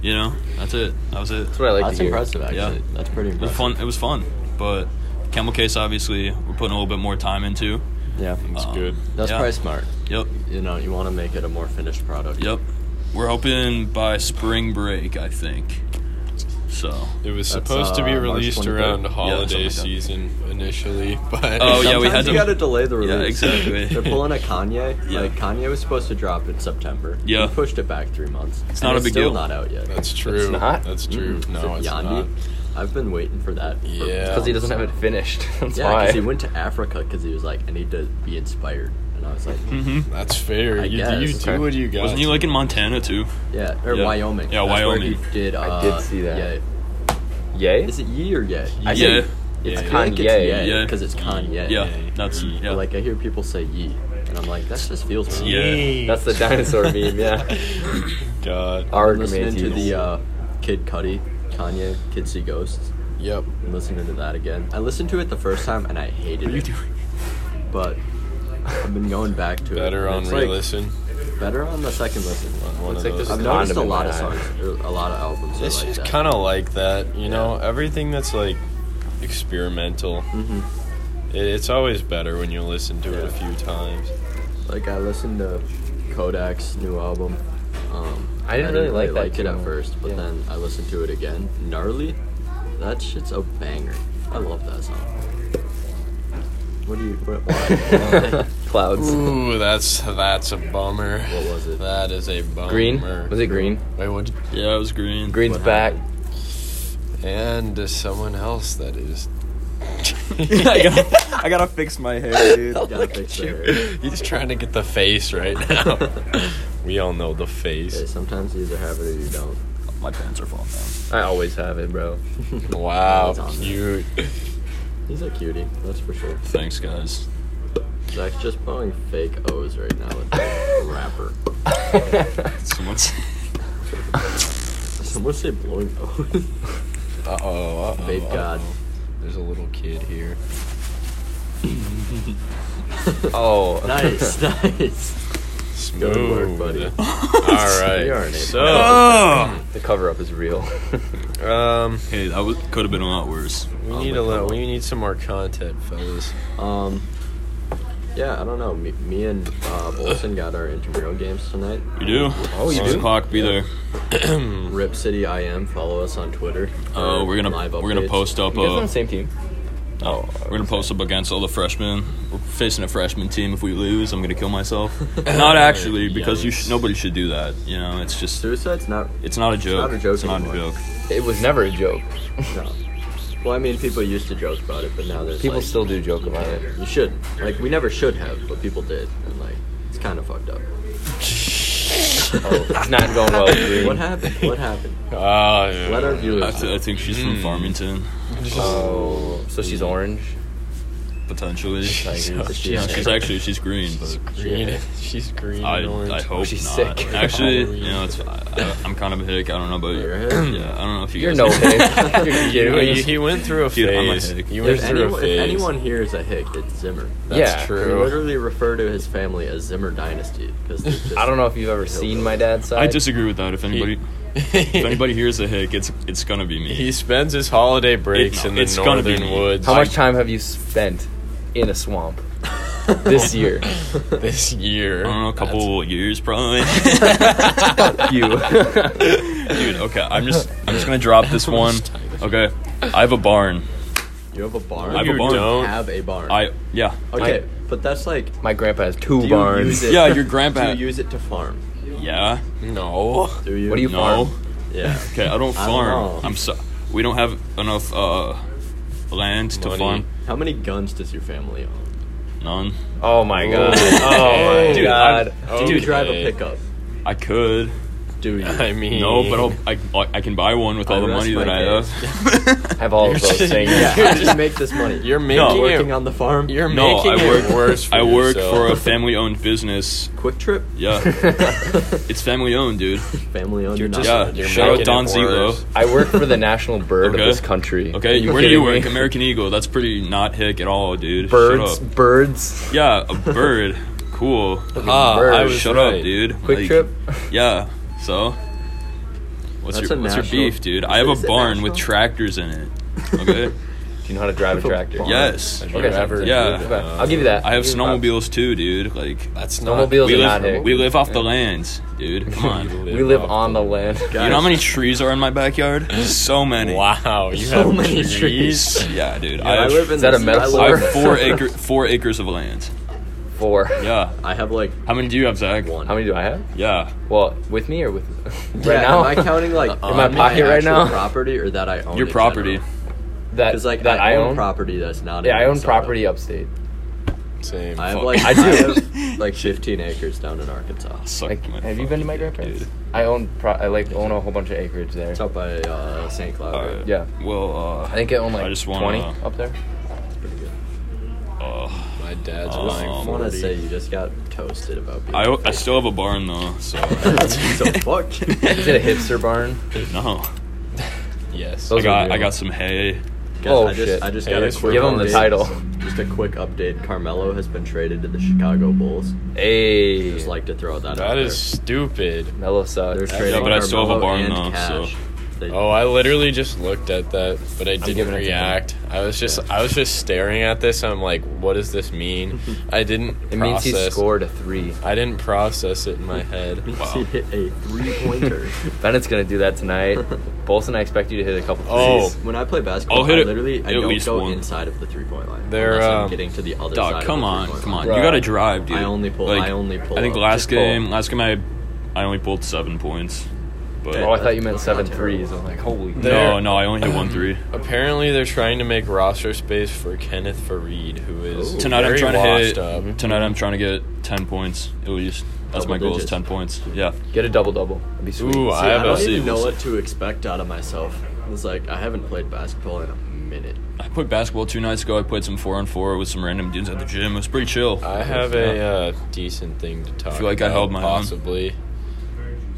Speaker 1: you know that's it that was it
Speaker 4: That's what I like
Speaker 2: That's
Speaker 4: to hear.
Speaker 2: impressive, actually.
Speaker 1: Yeah.
Speaker 2: That's pretty
Speaker 1: It was
Speaker 2: impressive.
Speaker 1: fun. It was fun, but Camel Case obviously we're putting a little bit more time into.
Speaker 2: Yeah.
Speaker 3: It's
Speaker 1: Um,
Speaker 3: good.
Speaker 2: That's
Speaker 1: yeah.
Speaker 2: probably smart.
Speaker 1: Yep,
Speaker 2: You know, you want to make it a more finished product.
Speaker 1: yep. We're hoping by spring break, I think. So.
Speaker 3: It was
Speaker 2: That's,
Speaker 3: supposed to be
Speaker 2: uh, March
Speaker 3: released
Speaker 2: 23rd.
Speaker 3: around
Speaker 2: Yeah, something
Speaker 3: holiday season initially, but
Speaker 1: Oh, yeah, we
Speaker 2: Sometimes
Speaker 1: had
Speaker 2: you
Speaker 1: to-
Speaker 2: gotta delay the release.
Speaker 1: Yeah, exactly.
Speaker 2: They're pulling a Kanye.
Speaker 1: Yeah.
Speaker 2: Like Kanye was supposed to drop in September.
Speaker 1: Yeah.
Speaker 2: He pushed it back three months. It's
Speaker 1: not a
Speaker 2: it's
Speaker 1: big
Speaker 2: still
Speaker 1: deal.
Speaker 2: Not out yet. Mm-hmm.
Speaker 3: that's true.
Speaker 4: It's not?
Speaker 3: That's true. No, it's
Speaker 2: Yandy.
Speaker 3: not.
Speaker 2: I've been waiting for that. for-
Speaker 3: Yeah.
Speaker 4: Because he doesn't have it finished. That's
Speaker 2: Yeah,
Speaker 4: why.
Speaker 2: because he went to Africa because he was like, I need to be inspired, and I was like,
Speaker 1: hmm
Speaker 3: That's fair.
Speaker 2: I
Speaker 3: you
Speaker 2: guess.
Speaker 3: you
Speaker 4: Okay.
Speaker 3: do what you got.
Speaker 1: Wasn't he like in Montana too?
Speaker 2: yeah, or
Speaker 1: Yeah.
Speaker 2: Wyoming.
Speaker 1: Yeah,
Speaker 2: That's where
Speaker 1: Wyoming.
Speaker 2: he did. Uh,
Speaker 4: I did see that.
Speaker 2: Yay.
Speaker 4: Yay?
Speaker 2: Is it Ye or Yay?
Speaker 4: I
Speaker 1: yeah,
Speaker 4: think
Speaker 2: It's
Speaker 3: Yeah.
Speaker 2: Kanye.
Speaker 4: Kanye.
Speaker 1: Yeah.
Speaker 2: because it's Kanye.
Speaker 1: yeah,
Speaker 3: Yeah.
Speaker 1: That's
Speaker 3: But,
Speaker 1: yeah.
Speaker 2: But like I hear people say Ye, and I'm like, that just feels wrong.
Speaker 1: Yeah.
Speaker 4: That's the dinosaur meme, yeah.
Speaker 3: God.
Speaker 4: Our
Speaker 2: I'm listening to
Speaker 4: committees.
Speaker 2: the uh, Kid Cudi, Kanye, Kid See Ghosts.
Speaker 3: Yep.
Speaker 2: I'm listening to that again. I listened to it the first time and I hated it. But I've been going back to
Speaker 3: Better
Speaker 2: it. and
Speaker 3: on
Speaker 2: it's,
Speaker 3: re listen.
Speaker 2: Like, better on the second listen.
Speaker 3: One of
Speaker 4: It's like
Speaker 3: those.
Speaker 4: this
Speaker 2: I've
Speaker 4: is-
Speaker 2: noticed a
Speaker 4: condom in
Speaker 2: lot of
Speaker 4: my eye.
Speaker 2: songs, or a lot of albums. are
Speaker 3: It's
Speaker 2: like
Speaker 3: just
Speaker 2: that.
Speaker 3: kind of like that, you know. Everything that's like experimental,
Speaker 2: Mhm.
Speaker 3: it, it's always better when you listen to it a
Speaker 2: Yeah.
Speaker 3: few times.
Speaker 2: Like I listened to Kodak's new album. Um,
Speaker 4: I didn't really like that
Speaker 2: like it
Speaker 4: too
Speaker 2: at
Speaker 4: much.
Speaker 2: first, but
Speaker 4: Yeah.
Speaker 2: then I listened to it again. Gnarly, that shit's a banger. I love that song. What do you? What, why?
Speaker 4: Clouds.
Speaker 3: Ooh, that's that's a bummer. What
Speaker 2: was it?
Speaker 3: That is a bummer.
Speaker 4: Green? Was it green?
Speaker 3: Wait, what?
Speaker 1: yeah, it was green.
Speaker 4: Green's
Speaker 2: What
Speaker 4: back.
Speaker 3: And to someone else that is.
Speaker 1: I, gotta, I gotta fix my hair, dude.
Speaker 2: You gotta fix the hair.
Speaker 3: He's trying to get the face right now. we all know the
Speaker 2: Okay,
Speaker 3: face.
Speaker 2: sometimes you either have it or you don't.
Speaker 1: My pants are falling down.
Speaker 4: I always have it, bro.
Speaker 3: Wow,
Speaker 2: It's on there.
Speaker 3: cute.
Speaker 2: He's a cutie, that's for sure.
Speaker 1: Thanks, guys.
Speaker 2: Zach's just blowing fake O's right now with the rapper.
Speaker 1: Someone's
Speaker 2: Someone say blowing O's.
Speaker 3: Uh oh. Uh-oh,
Speaker 2: Vape god.
Speaker 3: There's a little kid here.
Speaker 4: Oh.
Speaker 2: nice, nice.
Speaker 3: Smooth,
Speaker 2: Good work, buddy.
Speaker 3: all right.
Speaker 2: You are an
Speaker 1: Oh.
Speaker 3: so,
Speaker 4: The cover up is real.
Speaker 3: um,
Speaker 1: hey, that was, could have been a lot worse.
Speaker 3: we need a little. We need some more content, fellas.
Speaker 2: Um, yeah, I don't know. Me, me and uh, Bolson got our intramural games tonight.
Speaker 1: You do?
Speaker 4: Oh, you
Speaker 1: Six
Speaker 4: do?
Speaker 1: o'clock, be there.
Speaker 2: Rip City IM. Follow us on Twitter.
Speaker 1: Oh,
Speaker 2: for
Speaker 1: we're gonna
Speaker 2: live
Speaker 1: we're gonna
Speaker 2: updates.
Speaker 1: post up.
Speaker 4: You guys
Speaker 1: Uh,
Speaker 4: on the same team?
Speaker 1: Oh, we're gonna post up against all the freshmen. We're facing a freshman team. If we lose, I'm gonna kill myself. not actually, because you sh- nobody should do that. You know, it's just
Speaker 2: Suicide's not.
Speaker 1: it's not a joke.
Speaker 2: not a joke
Speaker 1: It's not a
Speaker 2: anymore.
Speaker 1: joke.
Speaker 4: It was never a joke.
Speaker 2: No. Well, I mean, people used to joke about it, but now there's
Speaker 4: People
Speaker 2: like,
Speaker 4: still do joke about it.
Speaker 2: You should. Like, we never should have, but people did, and like, it's kind of fucked up.
Speaker 4: Oh, it's not going well. Green.
Speaker 2: What happened? What happened?
Speaker 3: Ah, yeah.
Speaker 2: Let our
Speaker 1: I,
Speaker 2: viewers.
Speaker 1: th- I think she's from Farmington,
Speaker 4: Oh, so she's orange.
Speaker 1: potentially.
Speaker 4: Tigers.
Speaker 2: Is she
Speaker 1: No,
Speaker 2: okay?
Speaker 1: she's actually she's green, but
Speaker 3: green. She's green.
Speaker 1: I
Speaker 3: and orange.
Speaker 1: I hope
Speaker 4: She's
Speaker 1: not.
Speaker 4: sick.
Speaker 1: Actually, you know, it's I, I, I'm kind of a hick. I don't know about you.
Speaker 2: You're a hick?
Speaker 1: Yeah, I don't know if you
Speaker 4: You're
Speaker 1: guys.
Speaker 4: no
Speaker 1: know.
Speaker 4: hick. You're
Speaker 3: Dude,
Speaker 4: cute.
Speaker 3: he went through a
Speaker 1: Dude, I'm a
Speaker 3: phase.
Speaker 1: hick.
Speaker 3: He went
Speaker 2: If
Speaker 3: through a
Speaker 2: anyone, if
Speaker 3: phase.
Speaker 2: anyone here is a hick, it's Zimmer.
Speaker 3: That's
Speaker 4: Yeah.
Speaker 2: We
Speaker 3: true.
Speaker 2: literally refer to his family as Zimmer Dynasty because
Speaker 4: I don't know if you've ever seen my dad's side.
Speaker 1: I disagree with that. If anybody if anybody hears a hick, it's it's gonna be me.
Speaker 3: he spends his holiday breaks
Speaker 1: It-
Speaker 3: in the
Speaker 1: it's gonna be
Speaker 3: northern
Speaker 1: me.
Speaker 3: woods
Speaker 4: How much time have you spent in a swamp this year?
Speaker 3: this year.
Speaker 1: I don't know, a couple years probably.
Speaker 4: Fuck you.
Speaker 1: Dude, okay, I'm just I'm just gonna drop this one. Okay, I have a barn.
Speaker 2: You have a barn.
Speaker 1: I have a
Speaker 3: You
Speaker 1: barn.
Speaker 3: don't.
Speaker 2: have a barn.
Speaker 1: I yeah.
Speaker 2: okay, but that's like.
Speaker 4: My grandpa has two
Speaker 2: do you use
Speaker 4: barns.
Speaker 2: it-
Speaker 1: Yeah, your grandpa-
Speaker 2: Do you use it to farm?
Speaker 1: Yeah.
Speaker 3: No.
Speaker 2: Do you?
Speaker 4: What do you
Speaker 1: No.
Speaker 4: farm?
Speaker 2: Yeah.
Speaker 1: Okay, I don't
Speaker 2: I don't know.
Speaker 1: farm. I'm so we don't have enough uh land to
Speaker 3: Money.
Speaker 1: farm.
Speaker 2: How many guns does your family own?
Speaker 1: None.
Speaker 4: Oh my god. Oh my
Speaker 3: Dude, I'm-
Speaker 4: god.
Speaker 2: Do you drive a
Speaker 3: Okay.
Speaker 2: pickup?
Speaker 1: I could.
Speaker 2: Do you?
Speaker 3: I mean,
Speaker 1: No, but I'll, I I can buy one with all
Speaker 2: I
Speaker 1: the
Speaker 2: rest
Speaker 1: money
Speaker 2: my
Speaker 1: that I
Speaker 2: case.
Speaker 1: have.
Speaker 4: Have all of those things.
Speaker 2: yeah, how do you make this money?
Speaker 3: you're making
Speaker 1: No.
Speaker 3: it.
Speaker 2: working on the farm.
Speaker 3: you're
Speaker 1: No,
Speaker 3: making
Speaker 1: I
Speaker 3: it
Speaker 1: work-
Speaker 3: worse. For
Speaker 1: I work
Speaker 3: yourself.
Speaker 1: for a family-owned business.
Speaker 2: quick trip.
Speaker 1: Yeah, it's family-owned, dude.
Speaker 2: Family owned.
Speaker 3: You're just-
Speaker 1: Yeah,
Speaker 3: You're
Speaker 1: shout out
Speaker 3: making
Speaker 1: Don
Speaker 3: it
Speaker 1: Zelo.
Speaker 3: worse.
Speaker 4: I work for the national bird
Speaker 1: Okay.
Speaker 4: of this country. Are
Speaker 1: Okay, where do you
Speaker 4: kidding
Speaker 1: work?
Speaker 4: me?
Speaker 1: American Eagle. That's pretty not hick at all, dude.
Speaker 4: Birds.
Speaker 1: Shut up.
Speaker 4: Birds.
Speaker 1: Yeah, a bird. Cool.
Speaker 3: Ah,
Speaker 4: Bird.
Speaker 3: I was
Speaker 1: Shut up,
Speaker 3: right.
Speaker 1: dude.
Speaker 2: Quick
Speaker 1: Like,
Speaker 2: trip.
Speaker 1: Yeah. So, what's
Speaker 2: That's
Speaker 1: your
Speaker 2: a
Speaker 1: what's your
Speaker 2: national-
Speaker 1: beef, dude? I have
Speaker 2: Is
Speaker 1: a
Speaker 2: it
Speaker 1: barn with
Speaker 2: national?
Speaker 1: tractors in it. Okay.
Speaker 4: Do you know how to drive a tractor?
Speaker 2: barn.
Speaker 1: yes.
Speaker 3: Have you
Speaker 4: Okay.
Speaker 3: ever-
Speaker 1: Yeah.
Speaker 4: Okay, I'll give you that.
Speaker 1: I have
Speaker 4: Give you five.
Speaker 1: snowmobiles too, dude. Like
Speaker 3: That's
Speaker 4: Snowmobiles
Speaker 1: we
Speaker 4: are not
Speaker 1: live
Speaker 4: hick.
Speaker 1: we live off the lands, dude. Come on. You
Speaker 4: We live on the land.
Speaker 1: know how many trees are in my backyard? So many.
Speaker 3: Wow, you
Speaker 2: So
Speaker 3: have
Speaker 2: many
Speaker 3: trees.
Speaker 2: trees.
Speaker 1: Yeah, dude.
Speaker 2: I,
Speaker 1: I, have,
Speaker 2: live in
Speaker 4: Is that
Speaker 2: this-
Speaker 4: a
Speaker 2: I live-
Speaker 4: metaphor?
Speaker 1: I have four acre four acres of land.
Speaker 4: Four.
Speaker 1: Yeah.
Speaker 2: I have like
Speaker 1: How many do you have, Zach?
Speaker 2: one.
Speaker 4: How many do I have?
Speaker 1: Yeah.
Speaker 4: Well, with me or with
Speaker 2: Yeah,
Speaker 4: right now?
Speaker 2: Am I counting like
Speaker 4: In my
Speaker 2: on
Speaker 4: pocket right
Speaker 2: actual
Speaker 4: now?
Speaker 2: property or that I own?
Speaker 1: Your property.
Speaker 4: that
Speaker 2: Because like
Speaker 4: that
Speaker 2: I, own, property that's not.
Speaker 4: Yeah,
Speaker 2: in
Speaker 4: I own
Speaker 2: Minnesota.
Speaker 4: property upstate.
Speaker 3: Same.
Speaker 2: I have
Speaker 3: fuck.
Speaker 2: like
Speaker 4: I
Speaker 2: I
Speaker 4: do.
Speaker 2: have like 15 acres down in Arkansas.
Speaker 1: Suck
Speaker 4: Like,
Speaker 1: my
Speaker 4: have you been to my
Speaker 1: fucking dick,
Speaker 4: grandparents?
Speaker 1: dude.
Speaker 4: I own pro- I like own a whole bunch of acreage there.
Speaker 2: It's up by uh, St. Cloud.
Speaker 1: All
Speaker 2: right?
Speaker 1: right.
Speaker 4: Yeah.
Speaker 1: Well, uh,
Speaker 4: I think I own like
Speaker 1: I just wanna-
Speaker 4: twenty up there.
Speaker 2: It's pretty good.
Speaker 1: uh,
Speaker 3: my dad's
Speaker 1: Um,
Speaker 3: buying
Speaker 2: I
Speaker 1: I'm
Speaker 2: want to
Speaker 3: 40.
Speaker 2: say you just got toasted about. Being
Speaker 1: I, I still have a barn though, so
Speaker 2: so fuck.
Speaker 4: Is it a hipster barn?
Speaker 1: no.
Speaker 3: yes.
Speaker 1: I
Speaker 4: Those are
Speaker 1: got I
Speaker 4: real.
Speaker 1: got some hay.
Speaker 2: Guys,
Speaker 4: Oh,
Speaker 2: I just,
Speaker 4: shit.
Speaker 2: I just
Speaker 3: Hey,
Speaker 2: got a
Speaker 3: it's
Speaker 2: quick
Speaker 4: Give 'em the
Speaker 2: update.
Speaker 4: title.
Speaker 2: Just a quick update. Carmelo has been traded to the Chicago Bulls.
Speaker 4: Hey,
Speaker 2: Just like to throw that, out
Speaker 3: That is stupid.
Speaker 4: mellow
Speaker 2: there.
Speaker 4: sucks.
Speaker 2: They're trading
Speaker 1: but I still have a
Speaker 2: Carmelo
Speaker 1: barn
Speaker 2: and
Speaker 1: though, so-
Speaker 2: Cash. They-
Speaker 3: Oh, I literally just looked at that, but I
Speaker 4: giving
Speaker 3: didn't
Speaker 4: it to him.
Speaker 3: react. I was just I was just staring at this. I'm like, what does this mean? I didn't
Speaker 4: It means
Speaker 3: process.
Speaker 4: he scored a three.
Speaker 3: I didn't process it in my head.
Speaker 2: He hit a three pointer.
Speaker 4: Bennett's gonna do that tonight. Bolson, I expect you to hit a couple
Speaker 3: Oh.
Speaker 4: threes.
Speaker 2: when I play basketball,
Speaker 1: I'll hit
Speaker 2: I
Speaker 1: it
Speaker 2: literally I
Speaker 1: at
Speaker 2: don't
Speaker 1: least
Speaker 2: go
Speaker 1: one.
Speaker 2: inside of the three point line.
Speaker 3: They're,
Speaker 2: unless I'm
Speaker 3: um,
Speaker 2: getting to the other side.
Speaker 1: Dog,
Speaker 2: of
Speaker 1: come
Speaker 2: the
Speaker 1: on,
Speaker 2: three-point
Speaker 1: come on.
Speaker 2: line.
Speaker 1: You
Speaker 4: Bruh.
Speaker 1: gotta drive, dude.
Speaker 2: I only pull- I only pull
Speaker 1: I think
Speaker 2: up.
Speaker 1: last
Speaker 4: Just pull.
Speaker 1: game, last game I, I only pulled seven points. But
Speaker 4: Oh, I thought you meant
Speaker 2: That's
Speaker 4: seven
Speaker 2: not
Speaker 4: threes. I'm
Speaker 2: terrible.
Speaker 4: like, holy.
Speaker 1: no, no, I only hit one three.
Speaker 3: Apparently, they're trying to make roster space for Kenneth Farid, who is
Speaker 2: Ooh.
Speaker 1: Tonight I'm
Speaker 3: very
Speaker 1: trying to
Speaker 3: washed
Speaker 1: hit.
Speaker 3: up.
Speaker 1: Tonight I'm trying to get ten points at least. That's my
Speaker 2: Double
Speaker 1: goal is
Speaker 2: digits.
Speaker 1: ten points. Yeah.
Speaker 4: Get a double double. That'd be sweet.
Speaker 3: Ooh,
Speaker 2: See,
Speaker 3: I have
Speaker 2: I don't
Speaker 3: a
Speaker 1: see,
Speaker 2: even know
Speaker 1: we'll
Speaker 2: what to expect out of myself. It's like I haven't played basketball in a minute.
Speaker 1: I played basketball two nights ago. I played some four on four with some random dudes at the gym. It was pretty chill.
Speaker 3: I have a uh, decent thing to talk.
Speaker 1: feel like I
Speaker 3: about,
Speaker 1: held my own.
Speaker 3: possibly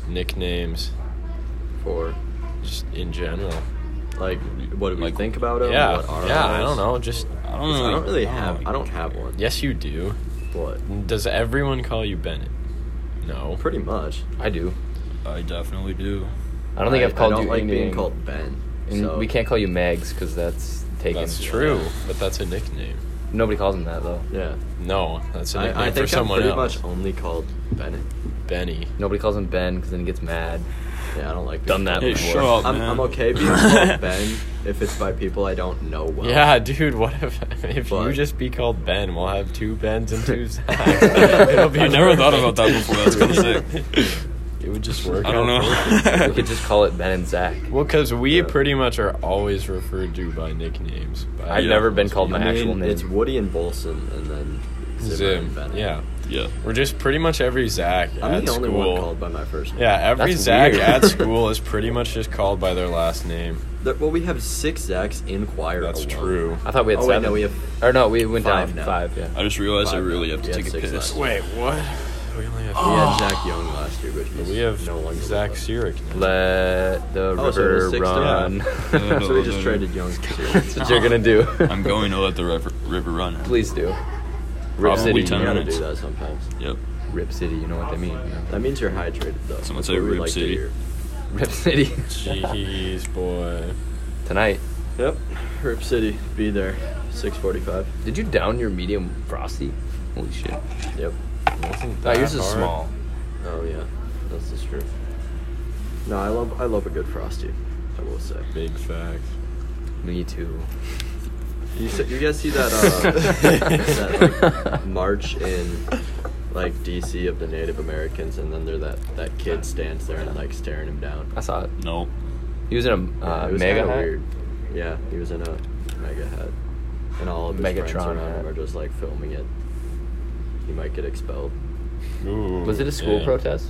Speaker 3: nicknames,
Speaker 2: For
Speaker 3: just in general.
Speaker 2: like, what do we
Speaker 1: Like-
Speaker 2: think about it?
Speaker 3: yeah,
Speaker 2: What are
Speaker 3: yeah.
Speaker 2: ours?
Speaker 3: I don't know. Just
Speaker 1: I don't
Speaker 2: uh, I
Speaker 1: really.
Speaker 2: don't really have. I don't have one.
Speaker 3: yes, you do.
Speaker 2: What?
Speaker 3: Does everyone call you Bennett? No.
Speaker 2: Pretty much.
Speaker 4: I do.
Speaker 1: I definitely do.
Speaker 4: I don't think I, have called
Speaker 2: I don't
Speaker 4: you
Speaker 2: like
Speaker 4: anything.
Speaker 2: being called Ben.
Speaker 4: And
Speaker 2: so
Speaker 4: we can't call you Mags because that's taken.
Speaker 3: That's true, but that's a nickname.
Speaker 4: Nobody calls him that though.
Speaker 2: Yeah.
Speaker 3: No, that's a nickname
Speaker 2: I, I think
Speaker 3: for
Speaker 2: I'm
Speaker 3: someone
Speaker 2: pretty
Speaker 3: else.
Speaker 2: much only called Bennett.
Speaker 3: Benny.
Speaker 4: Nobody calls him Ben because then he gets mad.
Speaker 2: Yeah, I don't like
Speaker 4: Done
Speaker 2: being
Speaker 4: that
Speaker 2: called
Speaker 1: Hey,
Speaker 4: before.
Speaker 1: shut up,
Speaker 2: I'm,
Speaker 1: man.
Speaker 2: I'm okay being called Ben if it's by people I don't know well.
Speaker 3: Yeah, dude. What if if
Speaker 2: But-
Speaker 3: you just be called Ben? We'll have two Bens and two Zachs. It'll be
Speaker 1: I never thought
Speaker 3: perfect.
Speaker 1: about that before. That's kind of sick.
Speaker 3: It would just work.
Speaker 1: I don't
Speaker 3: out perfect.
Speaker 1: know.
Speaker 4: We could just call it Ben and Zach.
Speaker 3: Well, because we
Speaker 2: Yeah.
Speaker 3: pretty much are always referred to by nicknames. By
Speaker 4: I've
Speaker 1: Yeah.
Speaker 4: never been called
Speaker 2: I
Speaker 4: my
Speaker 2: mean,
Speaker 4: actual name.
Speaker 2: It's Woody and Bolson, and then Zimmer and
Speaker 3: Zim.
Speaker 2: Bennett.
Speaker 3: Yeah,
Speaker 1: yeah.
Speaker 3: we're just pretty much every Zach
Speaker 2: I'm
Speaker 3: at
Speaker 2: the only
Speaker 3: school.
Speaker 2: one called by my first name.
Speaker 3: yeah, every
Speaker 4: That's
Speaker 3: Zach
Speaker 4: weird.
Speaker 3: at school is pretty much just called by their last name.
Speaker 2: There- well, we have six Zachs in choir.
Speaker 3: That's
Speaker 2: alone.
Speaker 3: true.
Speaker 4: I thought we had
Speaker 2: Oh wait,
Speaker 4: seven.
Speaker 2: no, we have.
Speaker 4: Or no, we went
Speaker 2: Five
Speaker 4: down
Speaker 2: now.
Speaker 4: five. Yeah.
Speaker 1: I just realized I
Speaker 2: Five
Speaker 1: really have
Speaker 2: left.
Speaker 1: to
Speaker 2: We
Speaker 1: take
Speaker 2: had
Speaker 1: a
Speaker 2: six
Speaker 1: piss.
Speaker 2: left.
Speaker 3: Wait, what? Oh. We only have.
Speaker 2: We had
Speaker 4: Oh.
Speaker 2: Zach Young last year, but he's
Speaker 3: We have
Speaker 2: no longer.
Speaker 3: Zach
Speaker 2: with us.
Speaker 3: Sirik. now.
Speaker 4: Let the
Speaker 2: Oh, so it
Speaker 4: river
Speaker 2: was six to
Speaker 4: run.
Speaker 1: five.
Speaker 2: So we just traded Young. for
Speaker 4: That's
Speaker 2: Sirik.
Speaker 4: what you're gonna do.
Speaker 1: I'm going to let the river, river run.
Speaker 4: Please do. Rip
Speaker 1: Probably
Speaker 4: City.
Speaker 2: you
Speaker 1: ten
Speaker 4: you know-
Speaker 2: gotta
Speaker 1: minutes.
Speaker 2: do that sometimes.
Speaker 1: Yep.
Speaker 4: Rip City. You know what they mean. you know?
Speaker 2: That means you're hydrated though.
Speaker 1: Someone
Speaker 2: That's
Speaker 1: say
Speaker 2: what we
Speaker 1: Rib
Speaker 2: like to
Speaker 1: City.
Speaker 2: hear.
Speaker 4: Rip City.
Speaker 3: Jeez, boy.
Speaker 4: Tonight.
Speaker 2: Yep, Rip City. Be there. 6:45.
Speaker 4: Did you down your medium frosty? Holy shit.
Speaker 2: Yep.
Speaker 3: Wasn't
Speaker 4: Oh,
Speaker 3: that
Speaker 4: yours is
Speaker 3: hard?
Speaker 4: small.
Speaker 2: Oh yeah, that's the truth. No, I love I love a good frosty. I will say.
Speaker 3: Big fact.
Speaker 4: Me too.
Speaker 2: You, s- you guys see that, uh, that like, march in like DC of the Native Americans, and then there that that kid stands there and like staring him down.
Speaker 4: I saw it.
Speaker 1: No.
Speaker 4: He was in a uh,
Speaker 2: it was
Speaker 4: mega
Speaker 2: kinda
Speaker 4: hat.
Speaker 2: weird. Yeah, he was in a mega hat, and all of his friends
Speaker 4: Megatron
Speaker 2: around
Speaker 4: hat.
Speaker 2: him are just like filming it. you might get expelled.
Speaker 3: Ooh,
Speaker 4: Was it a school
Speaker 3: yeah.
Speaker 4: protest?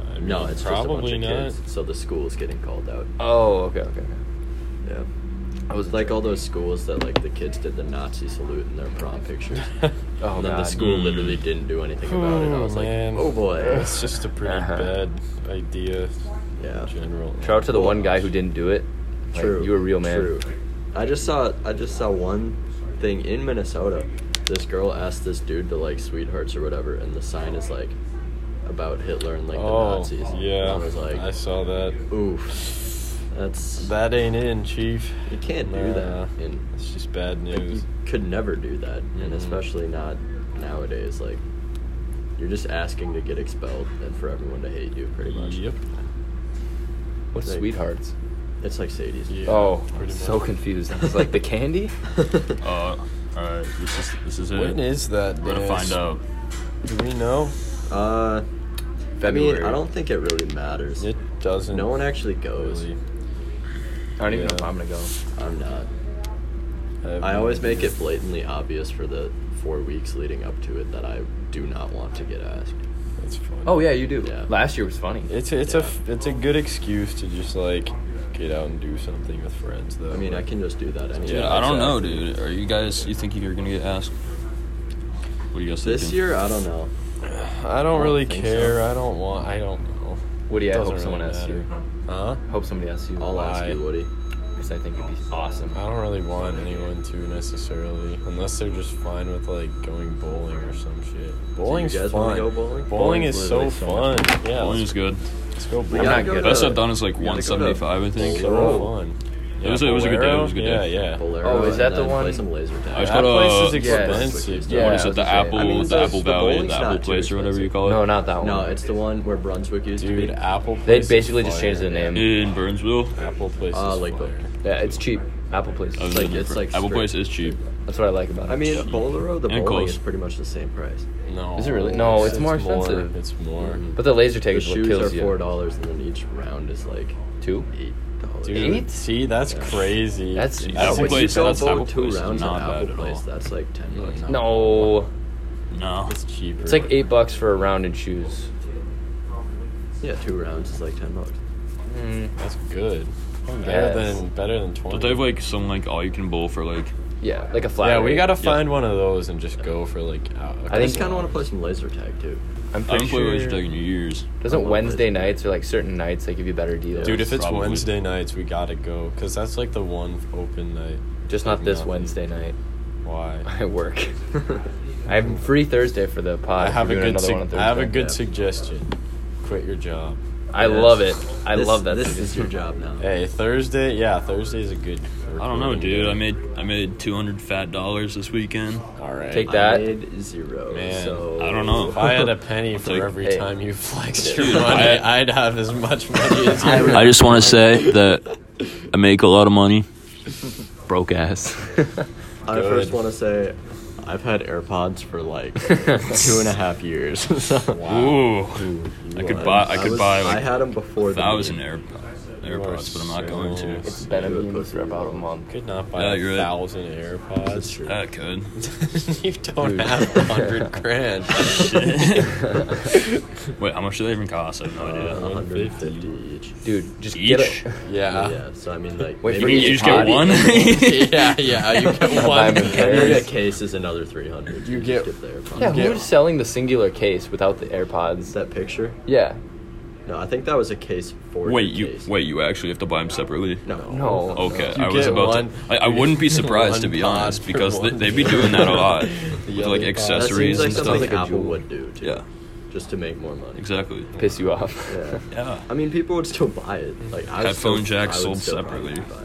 Speaker 3: I mean,
Speaker 2: No, it's
Speaker 3: probably
Speaker 2: just a bunch
Speaker 3: not.
Speaker 2: of kids. So the school is getting called out.
Speaker 4: Oh, okay, okay, okay.
Speaker 2: Yeah.
Speaker 4: I was
Speaker 2: Like all those schools that like the kids did the Nazi salute in their prom pictures.
Speaker 4: Oh,
Speaker 2: and then the
Speaker 4: God.
Speaker 2: school
Speaker 3: Mm.
Speaker 2: literally didn't do anything about it. I
Speaker 3: Oh,
Speaker 2: was
Speaker 3: man.
Speaker 2: like, oh boy.
Speaker 3: That's just a pretty
Speaker 4: Uh-huh.
Speaker 3: bad idea
Speaker 2: Yeah.
Speaker 3: in general.
Speaker 4: Shout out to the one guy who didn't do it. Like,
Speaker 2: True.
Speaker 4: you were a real man.
Speaker 2: True. I just saw I just saw one thing in Minnesota. This girl asked this dude to like sweethearts or whatever, and the sign is like about Hitler and like the
Speaker 3: oh,
Speaker 2: Nazis. And
Speaker 3: yeah.
Speaker 2: I was
Speaker 3: I
Speaker 2: like,
Speaker 3: saw that.
Speaker 2: oof. That's
Speaker 3: That ain't in, chief.
Speaker 2: you can't do
Speaker 3: Nah.
Speaker 2: that. And
Speaker 3: It's just bad
Speaker 2: like, you
Speaker 3: news.
Speaker 2: could never do that, and
Speaker 3: Mhm.
Speaker 2: especially not nowadays. Like you're just asking to get expelled and for everyone to hate you, pretty much.
Speaker 3: Yep.
Speaker 4: What's
Speaker 2: Like-
Speaker 4: sweethearts?
Speaker 2: It's like Sadie's.
Speaker 3: Yeah,
Speaker 4: oh, I'm
Speaker 3: pretty
Speaker 4: so
Speaker 3: much.
Speaker 4: confused. I was like, the candy?
Speaker 1: Uh,
Speaker 3: Oh.
Speaker 1: all right, this is this is it.
Speaker 3: When is that?
Speaker 1: We're gonna
Speaker 3: Dennis?
Speaker 1: find out.
Speaker 3: Do we know?
Speaker 2: uh, I
Speaker 4: February.
Speaker 2: mean, I don't think it really matters.
Speaker 3: It doesn't.
Speaker 2: No one actually goes.
Speaker 3: really.
Speaker 4: I don't even know if
Speaker 3: Yeah.
Speaker 4: I'm gonna go.
Speaker 2: I'm not.
Speaker 3: have-
Speaker 2: I always make it blatantly obvious for the four weeks leading up to it that I do not want to get asked.
Speaker 3: It's fun.
Speaker 4: Oh yeah, you do.
Speaker 2: Yeah.
Speaker 4: Last year was funny.
Speaker 3: It's it's a it's a good excuse to just like get out and do something with friends though.
Speaker 2: I mean, I can just do that anyway.
Speaker 1: Yeah, I don't know, dude. Are you guys? You think you're gonna get asked? What do you guys think?
Speaker 2: This year, I don't know.
Speaker 3: I don't really
Speaker 2: think
Speaker 3: care.
Speaker 2: so.
Speaker 3: I don't want. I don't know.
Speaker 4: Woody, I
Speaker 3: Doesn't
Speaker 4: hope
Speaker 3: really
Speaker 4: someone asks you.
Speaker 3: matter. Huh?
Speaker 4: Hope somebody asks you.
Speaker 2: I'll ask
Speaker 3: Why?
Speaker 2: you, Woody.
Speaker 4: Because I think it'd be awesome.
Speaker 2: Oh.
Speaker 3: I don't really want anyone to necessarily, unless they're just fine with like going bowling or some shit. Bowling's
Speaker 2: guys wanna
Speaker 3: fun.
Speaker 2: go bowling? Bowling's
Speaker 3: is so
Speaker 2: literally so
Speaker 3: fun.
Speaker 2: much
Speaker 3: yeah,
Speaker 1: Bowling
Speaker 3: let's,
Speaker 1: is good.
Speaker 3: let's go
Speaker 2: We
Speaker 3: bowling.
Speaker 2: gotta
Speaker 4: not
Speaker 2: go
Speaker 4: good.
Speaker 2: to-
Speaker 1: Best I've done is like
Speaker 2: we gotta go to
Speaker 1: 175, I think.
Speaker 3: So
Speaker 2: Bolero.
Speaker 3: fun.
Speaker 1: It was- it was a good day, it was a good
Speaker 3: Bolero?
Speaker 1: day.
Speaker 3: Yeah, yeah.
Speaker 2: Bolero
Speaker 4: Oh, is
Speaker 2: and
Speaker 4: that the
Speaker 2: then Play
Speaker 4: one-
Speaker 2: some laser tag.
Speaker 1: I just
Speaker 3: that
Speaker 1: go to,
Speaker 3: place is
Speaker 4: uh, yeah,
Speaker 3: expensive.
Speaker 4: yeah,
Speaker 3: though.
Speaker 1: what
Speaker 4: I
Speaker 1: is it?
Speaker 4: was
Speaker 1: The
Speaker 4: gonna say.
Speaker 1: Apple,
Speaker 4: I mean,
Speaker 1: the
Speaker 2: it's-
Speaker 1: Apple
Speaker 2: the
Speaker 1: Valley,
Speaker 2: bowling's
Speaker 1: the Apple
Speaker 2: not too
Speaker 1: Place, or whatever you
Speaker 2: expensive.
Speaker 1: call it.
Speaker 4: No, not that one.
Speaker 2: no, it's the one where Brunswick used
Speaker 3: Dude,
Speaker 2: to be.
Speaker 3: Apple.
Speaker 4: They
Speaker 3: Place
Speaker 4: basically
Speaker 3: is
Speaker 4: just
Speaker 3: fire.
Speaker 4: changed the name. Ah,
Speaker 1: in Burnsville.
Speaker 3: Apple Place.
Speaker 2: Uh,
Speaker 3: is
Speaker 2: like
Speaker 3: fire.
Speaker 4: Yeah, it's cheap. Apple Places.
Speaker 1: I was
Speaker 2: like-
Speaker 1: in there
Speaker 2: it's
Speaker 1: for-
Speaker 2: like
Speaker 1: Apple
Speaker 2: straight-
Speaker 1: Place is cheap.
Speaker 4: That's what I like about it.
Speaker 2: I mean, Bolero, the
Speaker 1: And
Speaker 2: bowling
Speaker 1: close.
Speaker 2: is pretty much the same price.
Speaker 3: No.
Speaker 4: Is it really? No, it's more expensive. Mm-hmm.
Speaker 3: It's more.
Speaker 2: Mhm.
Speaker 4: but the laser tag
Speaker 2: The
Speaker 4: is what
Speaker 2: shoes are
Speaker 4: kills
Speaker 2: four
Speaker 4: you.
Speaker 2: dollars, and then each round is like
Speaker 4: Two.
Speaker 2: eight dollars.
Speaker 3: Dude,
Speaker 4: Eight?
Speaker 3: see, that's
Speaker 2: Yeah.
Speaker 3: crazy.
Speaker 4: That's-
Speaker 3: Jeez.
Speaker 1: Apple
Speaker 2: Apple
Speaker 1: Place-
Speaker 2: place. You go
Speaker 1: that's
Speaker 2: bowl
Speaker 1: Apple
Speaker 2: two
Speaker 1: Place is
Speaker 2: rounds
Speaker 1: not
Speaker 2: at Apple
Speaker 1: bad at
Speaker 2: Place.
Speaker 1: all.
Speaker 2: That's like ten bucks.
Speaker 4: No,
Speaker 1: No.
Speaker 3: It's cheaper.
Speaker 4: it's like eight bucks for a round in shoes.
Speaker 2: Yeah, two rounds is like ten bucks.
Speaker 4: Mm,
Speaker 3: That's good. Hmm. Better
Speaker 4: Yes.
Speaker 3: than better than twenty.
Speaker 1: Don't they have like some like all you can bowl for like?
Speaker 4: yeah, like a flat.
Speaker 3: yeah, we
Speaker 4: rate.
Speaker 3: gotta
Speaker 1: Yeah.
Speaker 3: find one of those and just go for like. Out,
Speaker 4: I
Speaker 2: I
Speaker 4: think-
Speaker 2: just kind of want to play some laser tag too.
Speaker 4: I'm
Speaker 1: I haven't
Speaker 4: pretty
Speaker 1: played
Speaker 4: sure.
Speaker 1: laser tag in years.
Speaker 2: I
Speaker 4: Doesn't
Speaker 2: love
Speaker 4: Wednesday
Speaker 2: laser tag.
Speaker 4: nights or like certain nights they give you better deals?
Speaker 3: Dude, if it's
Speaker 1: Probably.
Speaker 3: Wednesday nights, we gotta go because that's like the one open night.
Speaker 4: just not this
Speaker 3: Nothing.
Speaker 4: Wednesday night.
Speaker 3: Why?
Speaker 4: I work. I'm free Thursday for the pod.
Speaker 3: I
Speaker 4: if
Speaker 3: have a
Speaker 4: we're doing
Speaker 3: good.
Speaker 4: another
Speaker 3: Su-
Speaker 4: one on
Speaker 3: I have a
Speaker 4: Thursday.
Speaker 3: good
Speaker 2: yeah.
Speaker 3: suggestion. Quit your job.
Speaker 4: I
Speaker 2: Yes.
Speaker 4: love it. I
Speaker 2: This-
Speaker 4: love that.
Speaker 2: This is
Speaker 4: suggestion.
Speaker 2: your job now.
Speaker 3: Hey, Thursday. Yeah, Thursday is a good.
Speaker 1: I don't know,
Speaker 3: recording
Speaker 1: dude.
Speaker 3: day.
Speaker 1: I made I made 200 fat dollars this weekend.
Speaker 3: All right.
Speaker 4: Take
Speaker 2: I
Speaker 4: that.
Speaker 2: made zero.
Speaker 3: Man,
Speaker 2: so
Speaker 1: I don't know.
Speaker 3: If I had a penny for
Speaker 1: take-
Speaker 3: every
Speaker 4: Hey.
Speaker 3: time you flexed
Speaker 1: Dude,
Speaker 3: your money,
Speaker 1: I-
Speaker 3: I'd have as much money as you.
Speaker 1: I just want to say that I make a lot of money. Broke ass.
Speaker 2: I
Speaker 3: Good.
Speaker 2: first want to say, I've had AirPods for like two and a half years. so-
Speaker 1: Ooh, I
Speaker 3: you
Speaker 1: could
Speaker 3: are-
Speaker 1: buy I could
Speaker 2: was-
Speaker 1: buy like
Speaker 2: I had them before
Speaker 1: a
Speaker 2: the
Speaker 1: thousand
Speaker 2: meeting.
Speaker 1: Air, AirPods, but I'm not going to.
Speaker 4: It's been a
Speaker 2: You're a
Speaker 4: meme
Speaker 2: pussy,
Speaker 4: for about a
Speaker 2: bro.
Speaker 4: month.
Speaker 3: Could not buy
Speaker 1: Yeah,
Speaker 3: a
Speaker 1: you're right.
Speaker 3: thousand
Speaker 2: That's
Speaker 3: AirPods.
Speaker 2: true.
Speaker 1: I could.
Speaker 3: you don't
Speaker 4: Dude.
Speaker 3: have a hundred grand.
Speaker 1: Wait, how much do they even cost? I have no idea.
Speaker 2: Uh, 150 each.
Speaker 4: Dude, just get
Speaker 1: Each?
Speaker 4: a,
Speaker 3: yeah.
Speaker 2: yeah, so I mean, like,
Speaker 4: Wait for
Speaker 1: You
Speaker 2: maybe
Speaker 4: each
Speaker 1: just get
Speaker 4: pod.
Speaker 1: one.
Speaker 3: yeah, yeah. You get
Speaker 4: Buy
Speaker 3: one.
Speaker 4: them in
Speaker 2: maybe
Speaker 4: pairs.
Speaker 2: a case is another 300.
Speaker 3: You
Speaker 2: just
Speaker 3: get-
Speaker 2: the AirPods.
Speaker 4: Yeah,
Speaker 3: Yeah.
Speaker 4: who's selling the singular case without the AirPods?
Speaker 2: that picture?
Speaker 4: Yeah.
Speaker 2: No, I think that was a case for
Speaker 1: Wait,
Speaker 2: the
Speaker 1: you
Speaker 2: case.
Speaker 1: wait, you actually have to buy them separately.
Speaker 2: No.
Speaker 4: No.
Speaker 1: Okay,
Speaker 3: You
Speaker 1: I was
Speaker 3: get
Speaker 1: about
Speaker 3: one-
Speaker 1: to. I, I wouldn't be surprised to be
Speaker 3: one pod
Speaker 1: honest
Speaker 3: for
Speaker 1: because they,
Speaker 3: one
Speaker 1: they'd be
Speaker 3: year.
Speaker 1: doing that a lot
Speaker 3: The
Speaker 1: with
Speaker 3: other
Speaker 1: like
Speaker 3: pod.
Speaker 2: That
Speaker 1: accessories
Speaker 2: seems like
Speaker 1: and
Speaker 2: something
Speaker 1: stuff.
Speaker 4: like a
Speaker 2: Apple
Speaker 4: jewel.
Speaker 2: would do, too.
Speaker 1: yeah,
Speaker 2: Just to make more money.
Speaker 1: exactly.
Speaker 4: Piss you off.
Speaker 2: Yeah.
Speaker 1: Yeah.
Speaker 2: I mean, people would still buy it. Like I would
Speaker 1: Headphone
Speaker 2: still-
Speaker 1: jacks
Speaker 2: I
Speaker 1: sold
Speaker 2: would still probably
Speaker 1: separately.
Speaker 2: buy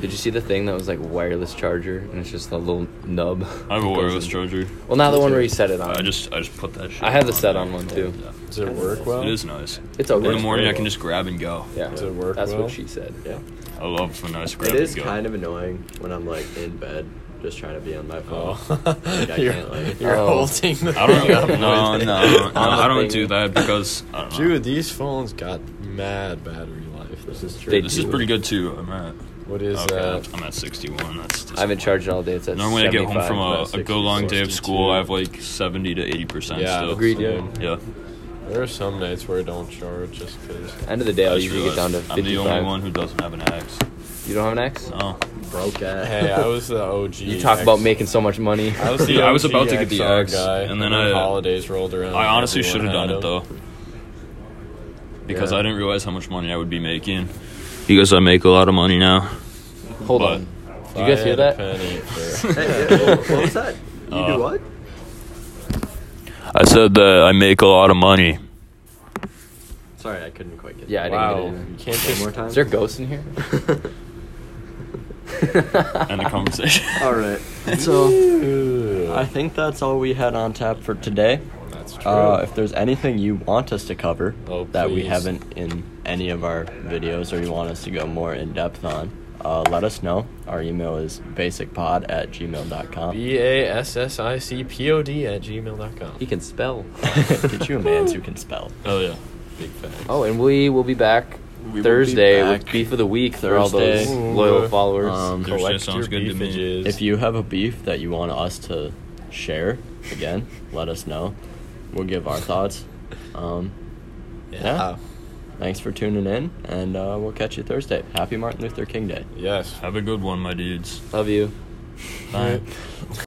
Speaker 4: Did you see the thing that was like wireless charger and it's just a little nub?
Speaker 1: I have a wireless charger.
Speaker 4: Well, not the one where you set it on.
Speaker 1: I just I just put that shit.
Speaker 4: I have the
Speaker 1: on
Speaker 4: set
Speaker 1: there.
Speaker 4: on one too.
Speaker 1: Yeah.
Speaker 3: Does it work well?
Speaker 1: It is nice.
Speaker 4: It's okay.
Speaker 1: In the
Speaker 2: works
Speaker 1: morning,
Speaker 3: very
Speaker 1: I can
Speaker 3: well.
Speaker 1: just grab and go.
Speaker 4: Yeah.
Speaker 3: Does it work
Speaker 4: That's
Speaker 3: well?
Speaker 4: what she said.
Speaker 2: Yeah.
Speaker 1: I love when I just grab
Speaker 2: It is
Speaker 1: and go.
Speaker 2: kind of annoying when I'm like in bed, just trying to be on my phone.
Speaker 3: Oh,
Speaker 2: I
Speaker 3: you're,
Speaker 2: can't, like-
Speaker 3: you're
Speaker 4: Oh.
Speaker 3: holding the
Speaker 1: I don't
Speaker 3: thing up
Speaker 1: know. No,
Speaker 3: with it.
Speaker 1: no, no. I
Speaker 4: Honestly.
Speaker 1: don't do that because I don't know.
Speaker 3: Dude, these phones got mad battery life.
Speaker 2: This is true.
Speaker 4: They
Speaker 1: this is pretty good too. I'm at.
Speaker 3: What is uh,
Speaker 1: Okay,
Speaker 4: uh,
Speaker 3: that?
Speaker 1: I'm at 61. That's
Speaker 4: I've been charging all day. It's at
Speaker 1: Normally, I get home
Speaker 4: 75.
Speaker 1: from a,
Speaker 3: about
Speaker 1: a go long day of
Speaker 3: 62.
Speaker 1: school. I have like 70 to 80 percent.
Speaker 3: Yeah,
Speaker 1: still.
Speaker 3: agreed,
Speaker 1: So,
Speaker 3: yeah.
Speaker 1: yeah.
Speaker 3: There are some nights where I don't charge just because.
Speaker 4: End of the day,
Speaker 1: I
Speaker 4: I'll
Speaker 1: just
Speaker 4: usually get down
Speaker 1: realized
Speaker 4: to
Speaker 1: I'm the only
Speaker 4: 55.
Speaker 1: one who doesn't have an axe.
Speaker 4: You don't have an X?
Speaker 1: No.
Speaker 2: Broke ass.
Speaker 3: Hey, I was the OG.
Speaker 4: You talk
Speaker 3: X-
Speaker 4: about making so much money.
Speaker 3: I was, the
Speaker 1: Yeah, I was
Speaker 3: OG
Speaker 1: about to get the
Speaker 3: XR
Speaker 1: X,
Speaker 3: guy,
Speaker 1: and then I- uh,
Speaker 3: holidays rolled around.
Speaker 1: I honestly should
Speaker 3: everyone
Speaker 1: have done it
Speaker 3: had them.
Speaker 1: though, because
Speaker 3: Yeah.
Speaker 1: I didn't realize how much money I would be making. Because I make a lot of money now.
Speaker 4: Hold
Speaker 1: but-
Speaker 4: on.
Speaker 3: If
Speaker 4: Did you guys
Speaker 3: I
Speaker 4: hear
Speaker 3: had a
Speaker 4: that?
Speaker 3: penny for-
Speaker 2: Hey, yeah, what, what was that? You
Speaker 1: Uh,
Speaker 2: do what?
Speaker 1: I said that I make a lot of money.
Speaker 2: Sorry, I couldn't quite get.
Speaker 4: Yeah, I
Speaker 2: that.
Speaker 4: didn't
Speaker 3: wow,
Speaker 4: get it.
Speaker 3: you can't
Speaker 2: One
Speaker 3: just.
Speaker 2: more time.
Speaker 4: Is there ghosts in here?
Speaker 1: End the conversation.
Speaker 2: all right. So
Speaker 3: Ew.
Speaker 2: I think that's all we had on tap for today.
Speaker 3: That's true.
Speaker 2: Uh, if there's anything you want us to cover
Speaker 3: Oh,
Speaker 2: that we
Speaker 3: please.
Speaker 2: haven't in any of our videos or you want us to go more in depth on, uh, let us know. Our email is basicpod at gmail.com.
Speaker 3: B A S S I C P O D at gmail.com.
Speaker 4: He can spell.
Speaker 2: Get you a man who can spell.
Speaker 1: oh yeah.
Speaker 3: Big facts.
Speaker 4: Oh, and we will be back
Speaker 2: will
Speaker 4: Thursday
Speaker 2: be back
Speaker 4: with Beef of the Week for all those
Speaker 2: Thursday.
Speaker 4: loyal followers.
Speaker 2: Um,
Speaker 1: Thursday
Speaker 3: Collect
Speaker 1: sounds
Speaker 3: your
Speaker 1: good to me.
Speaker 3: beefages.
Speaker 2: If you have a beef that you want us to share, again, let us know. We'll give our thoughts. Um, yeah. Thanks for tuning in, and uh, we'll catch you Thursday. Happy Martin Luther King Day.
Speaker 3: Yes.
Speaker 1: Have a good one, my dudes.
Speaker 4: Love you.
Speaker 1: Bye.